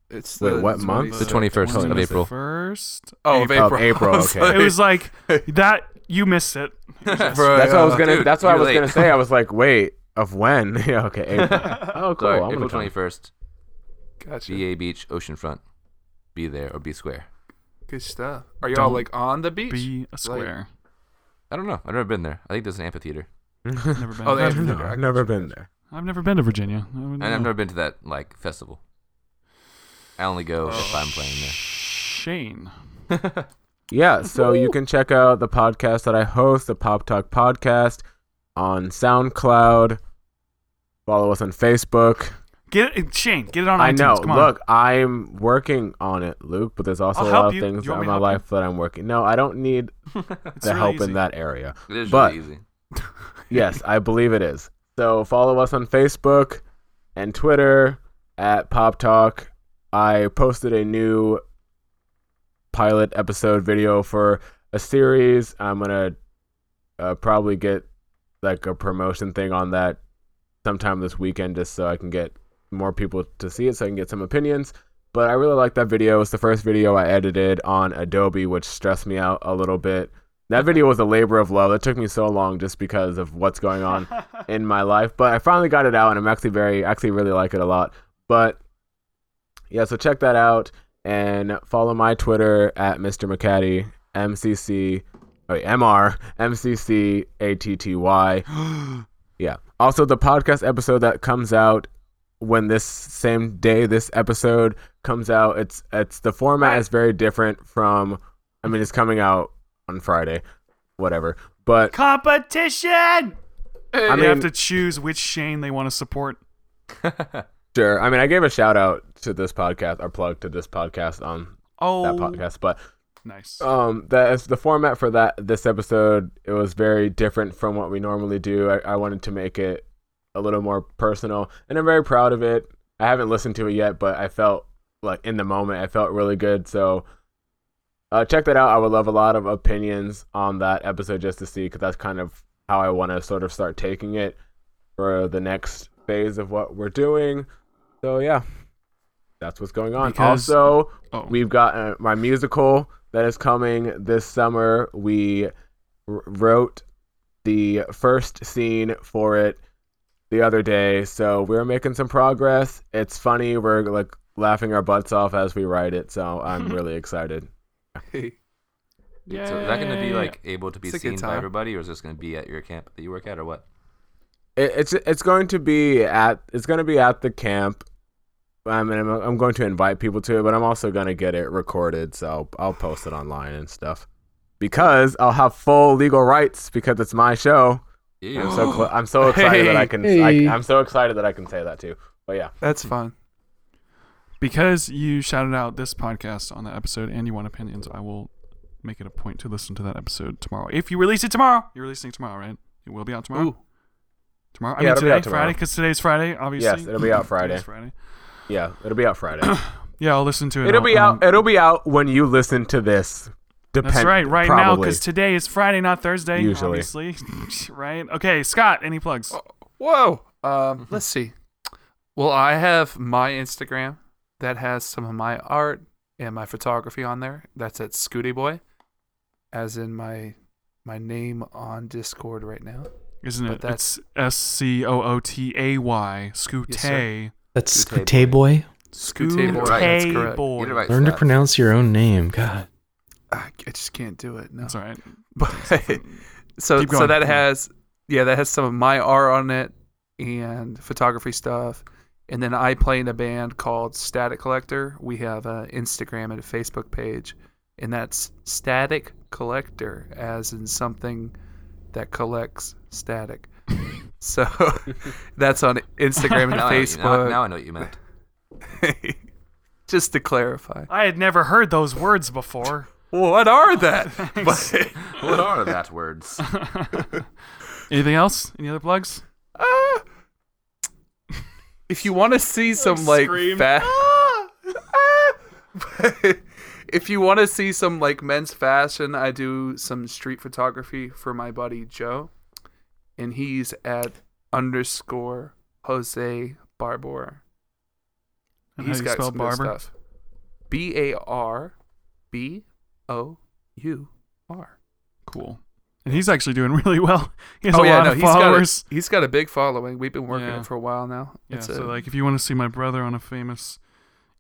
It's Wait, the what month? The 21st Hold on of a April. First, Oh, of April. (laughs) Of April, I was okay. it was (laughs) like that. You missed it. Bro, That's what I was yeah. gonna. Oh, dude, that's what I you're was late. gonna say. I was like, wait, of when? (laughs) yeah, okay, April. (laughs) Oh, cool. Sorry, I'm April gonna come. 21st, Gotcha. BA Beach Oceanfront. Be there or be square. Good stuff. Are y'all Don't like on the beach? (laughs) Be a Like- square. I don't know. I've never been there. I think there's an amphitheater. (laughs) never been. Oh, they I've, have- never, No, I've never been there. I've never been to Virginia. I wouldn't And I've know. never been to that like festival. I only go if I'm playing there. Shane. Yeah, so you can check out the podcast that I host, the Pop Talk Podcast, on SoundCloud. Follow us on Facebook. Get it, Shane. Get it on. I iTunes, know. Come on. Look, I'm working on it, Luke, but there's also I'll a help lot of you. things You want me in to my help you? life that I'm working. No, I don't need It's the really help easy. in that area. It is But- really (laughs) easy. Yes, I believe it is. So follow us on Facebook and Twitter at Pop Talk. I posted a new pilot episode video for a series. I'm gonna uh, probably get like a promotion thing on that sometime this weekend, just so I can get more people to see it, so I can get some opinions. But I really like that video. It's the first video I edited on Adobe, which stressed me out a little bit. That video was a labor of love. It took me so long just because of what's going on in my life. But I finally got it out, and I'm actually very, actually really like it a lot. But yeah, so check that out and follow my Twitter at Mr. McCaddy, MCC, wait, MR, MCC, (gasps) ATTY. yeah. Also, the podcast episode that comes out when this same day this episode comes out, it's it's the format is very different from. I mean, it's coming out on Friday, whatever. But Competition. I they have mean, to choose which Shane they want to support. sure. I mean, I gave a shout out to this podcast, or plug to this podcast on Oh, that podcast, but nice. Um, that is the format for that this episode. It was very different from what we normally do. I, I wanted to make it a little more personal, and I'm very proud of it. I haven't listened to it yet, but I felt like in the moment, I felt really good. So, uh, check that out. I would love a lot of opinions on that episode just to see, because that's kind of how I want to sort of start taking it for the next phase of what we're doing. So yeah, that's what's going on. Because- also, Oh. we've got uh, my musical that is coming this summer. We r- wrote the first scene for it the other day, so we're making some progress. It's funny. We're like laughing our butts off as we write it. So I'm really excited. So is that going to be like able to be It's a good seen by time. everybody, or is this going to be at your camp that you work at, or what? It, it's it's going to be at it's going to be at the camp. I mean, I'm, I'm going to invite people to it, but I'm also going to get it recorded, so I'll post it online and stuff. Because I'll have full legal rights because it's my show. Yeah. I'm so cl- (laughs) I'm so excited that I can Hey. I, I'm so excited that I can say that too. But yeah, That's fun. because you shouted out this podcast on that episode and you want opinions, I will make it a point to listen to that episode tomorrow. If you release it tomorrow, you're releasing tomorrow, right? It will be out tomorrow. Ooh. Tomorrow, I Yeah, mean it'll be today, out tomorrow. Friday, because today's Friday, obviously. it'll be out (laughs) Today's Friday. Friday. yeah, it'll be (coughs) out Friday. Yeah, I'll listen to it. it'll I'll- be out. I'll- It'll be out when you listen to this. Depend- That's right, right now, probably. because today is Friday, not Thursday. Usually. obviously. (laughs) right? Okay, Scott, any plugs? Whoa. Um, let's see. Well, I have my Instagram that has some of my art and my photography on there. That's at Scooty Boy, as in my my name on Discord right now. Isn't but it? that's- That's S C O O T A Y. Yes, Scootay. sir. That's Scootay Scootay Boy. Scootay Boy. Right, that's Scootay correct. Boy. You're right, Learn to Seth. pronounce your own name. God. I, I just can't do it. No. That's all right. (laughs) But so Keep so going. that Yeah. has yeah that has some of my art on it and photography stuff, and then I play in a band called Static Collector. We have an Instagram and a Facebook page, and that's Static Collector, as in something that collects static. so (laughs) that's on Instagram and (laughs) Now I, know- now, Facebook. now I know what you meant. (laughs) Just to clarify, I had never heard those words before. what are that? (laughs) But- What are that (laughs) words? Anything else? Any other plugs? Ah. if you want to see some like scream. fa- Ah. (laughs) if you want to see some like men's fashion, I do some street photography for my buddy Joe, and he's at underscore Jose Barbour. And how He's do you got spell some barber? good stuff. B A R B O U R. Cool. And he's actually doing (laughs) really well. He has Oh a yeah, lot no, of he's followers. got a, he's got a big following. We've been working Yeah. it for a while now. yeah, It's so a- like if you want to see my brother on a famous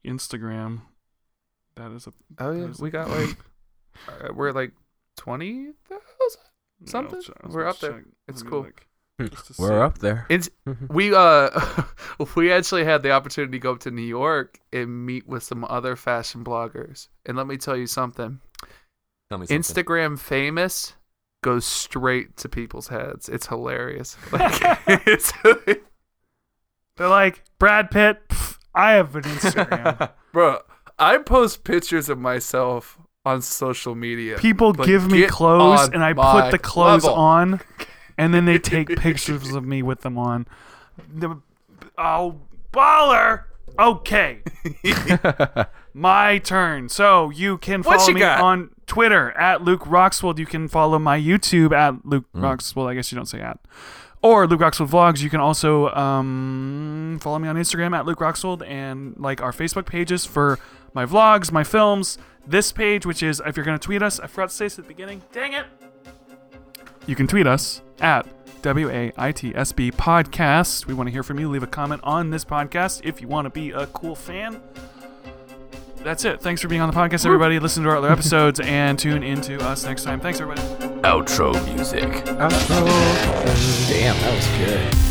Instagram, that is a Oh that yeah, is a- we (laughs) got like uh, we're like twenty thousand. No, something? I'll check- I'll We're up there. check. Let It's me cool. look. Just to (laughs) see. Hmm. We're up there. It's we uh (laughs) we actually had the opportunity to go up to New York and meet with some other fashion bloggers. And let me tell you something. Tell me something. Instagram famous goes straight to people's heads. It's hilarious. (laughs) Like, it's, They're like Brad Pitt. Pff, I have (laughs) an Instagram. bro, I post pictures of myself on social media. People Like, give me get clothes on and I my put the clothes level. on and then they take pictures of me with them on. The oh baller. Okay. my turn. So you can What follow you me got? on Twitter at Luke Roxwold. You can follow my YouTube at Luke Roxwold. I guess you don't say at. Or Luke Roxwold Vlogs. You can also um, follow me on Instagram at Luke Roxwold and like our Facebook pages for my vlogs, my films, this page, which is if you're going to tweet us, I forgot to say this at the beginning. Dang it. You can tweet us at WAITSB Podcast. We want to hear from you. Leave a comment on this podcast if you want to be a cool fan. That's it. Thanks for being on the podcast, everybody. Listen to our other episodes and tune into us next time. Thanks, everybody. Outro music. Damn, that was good.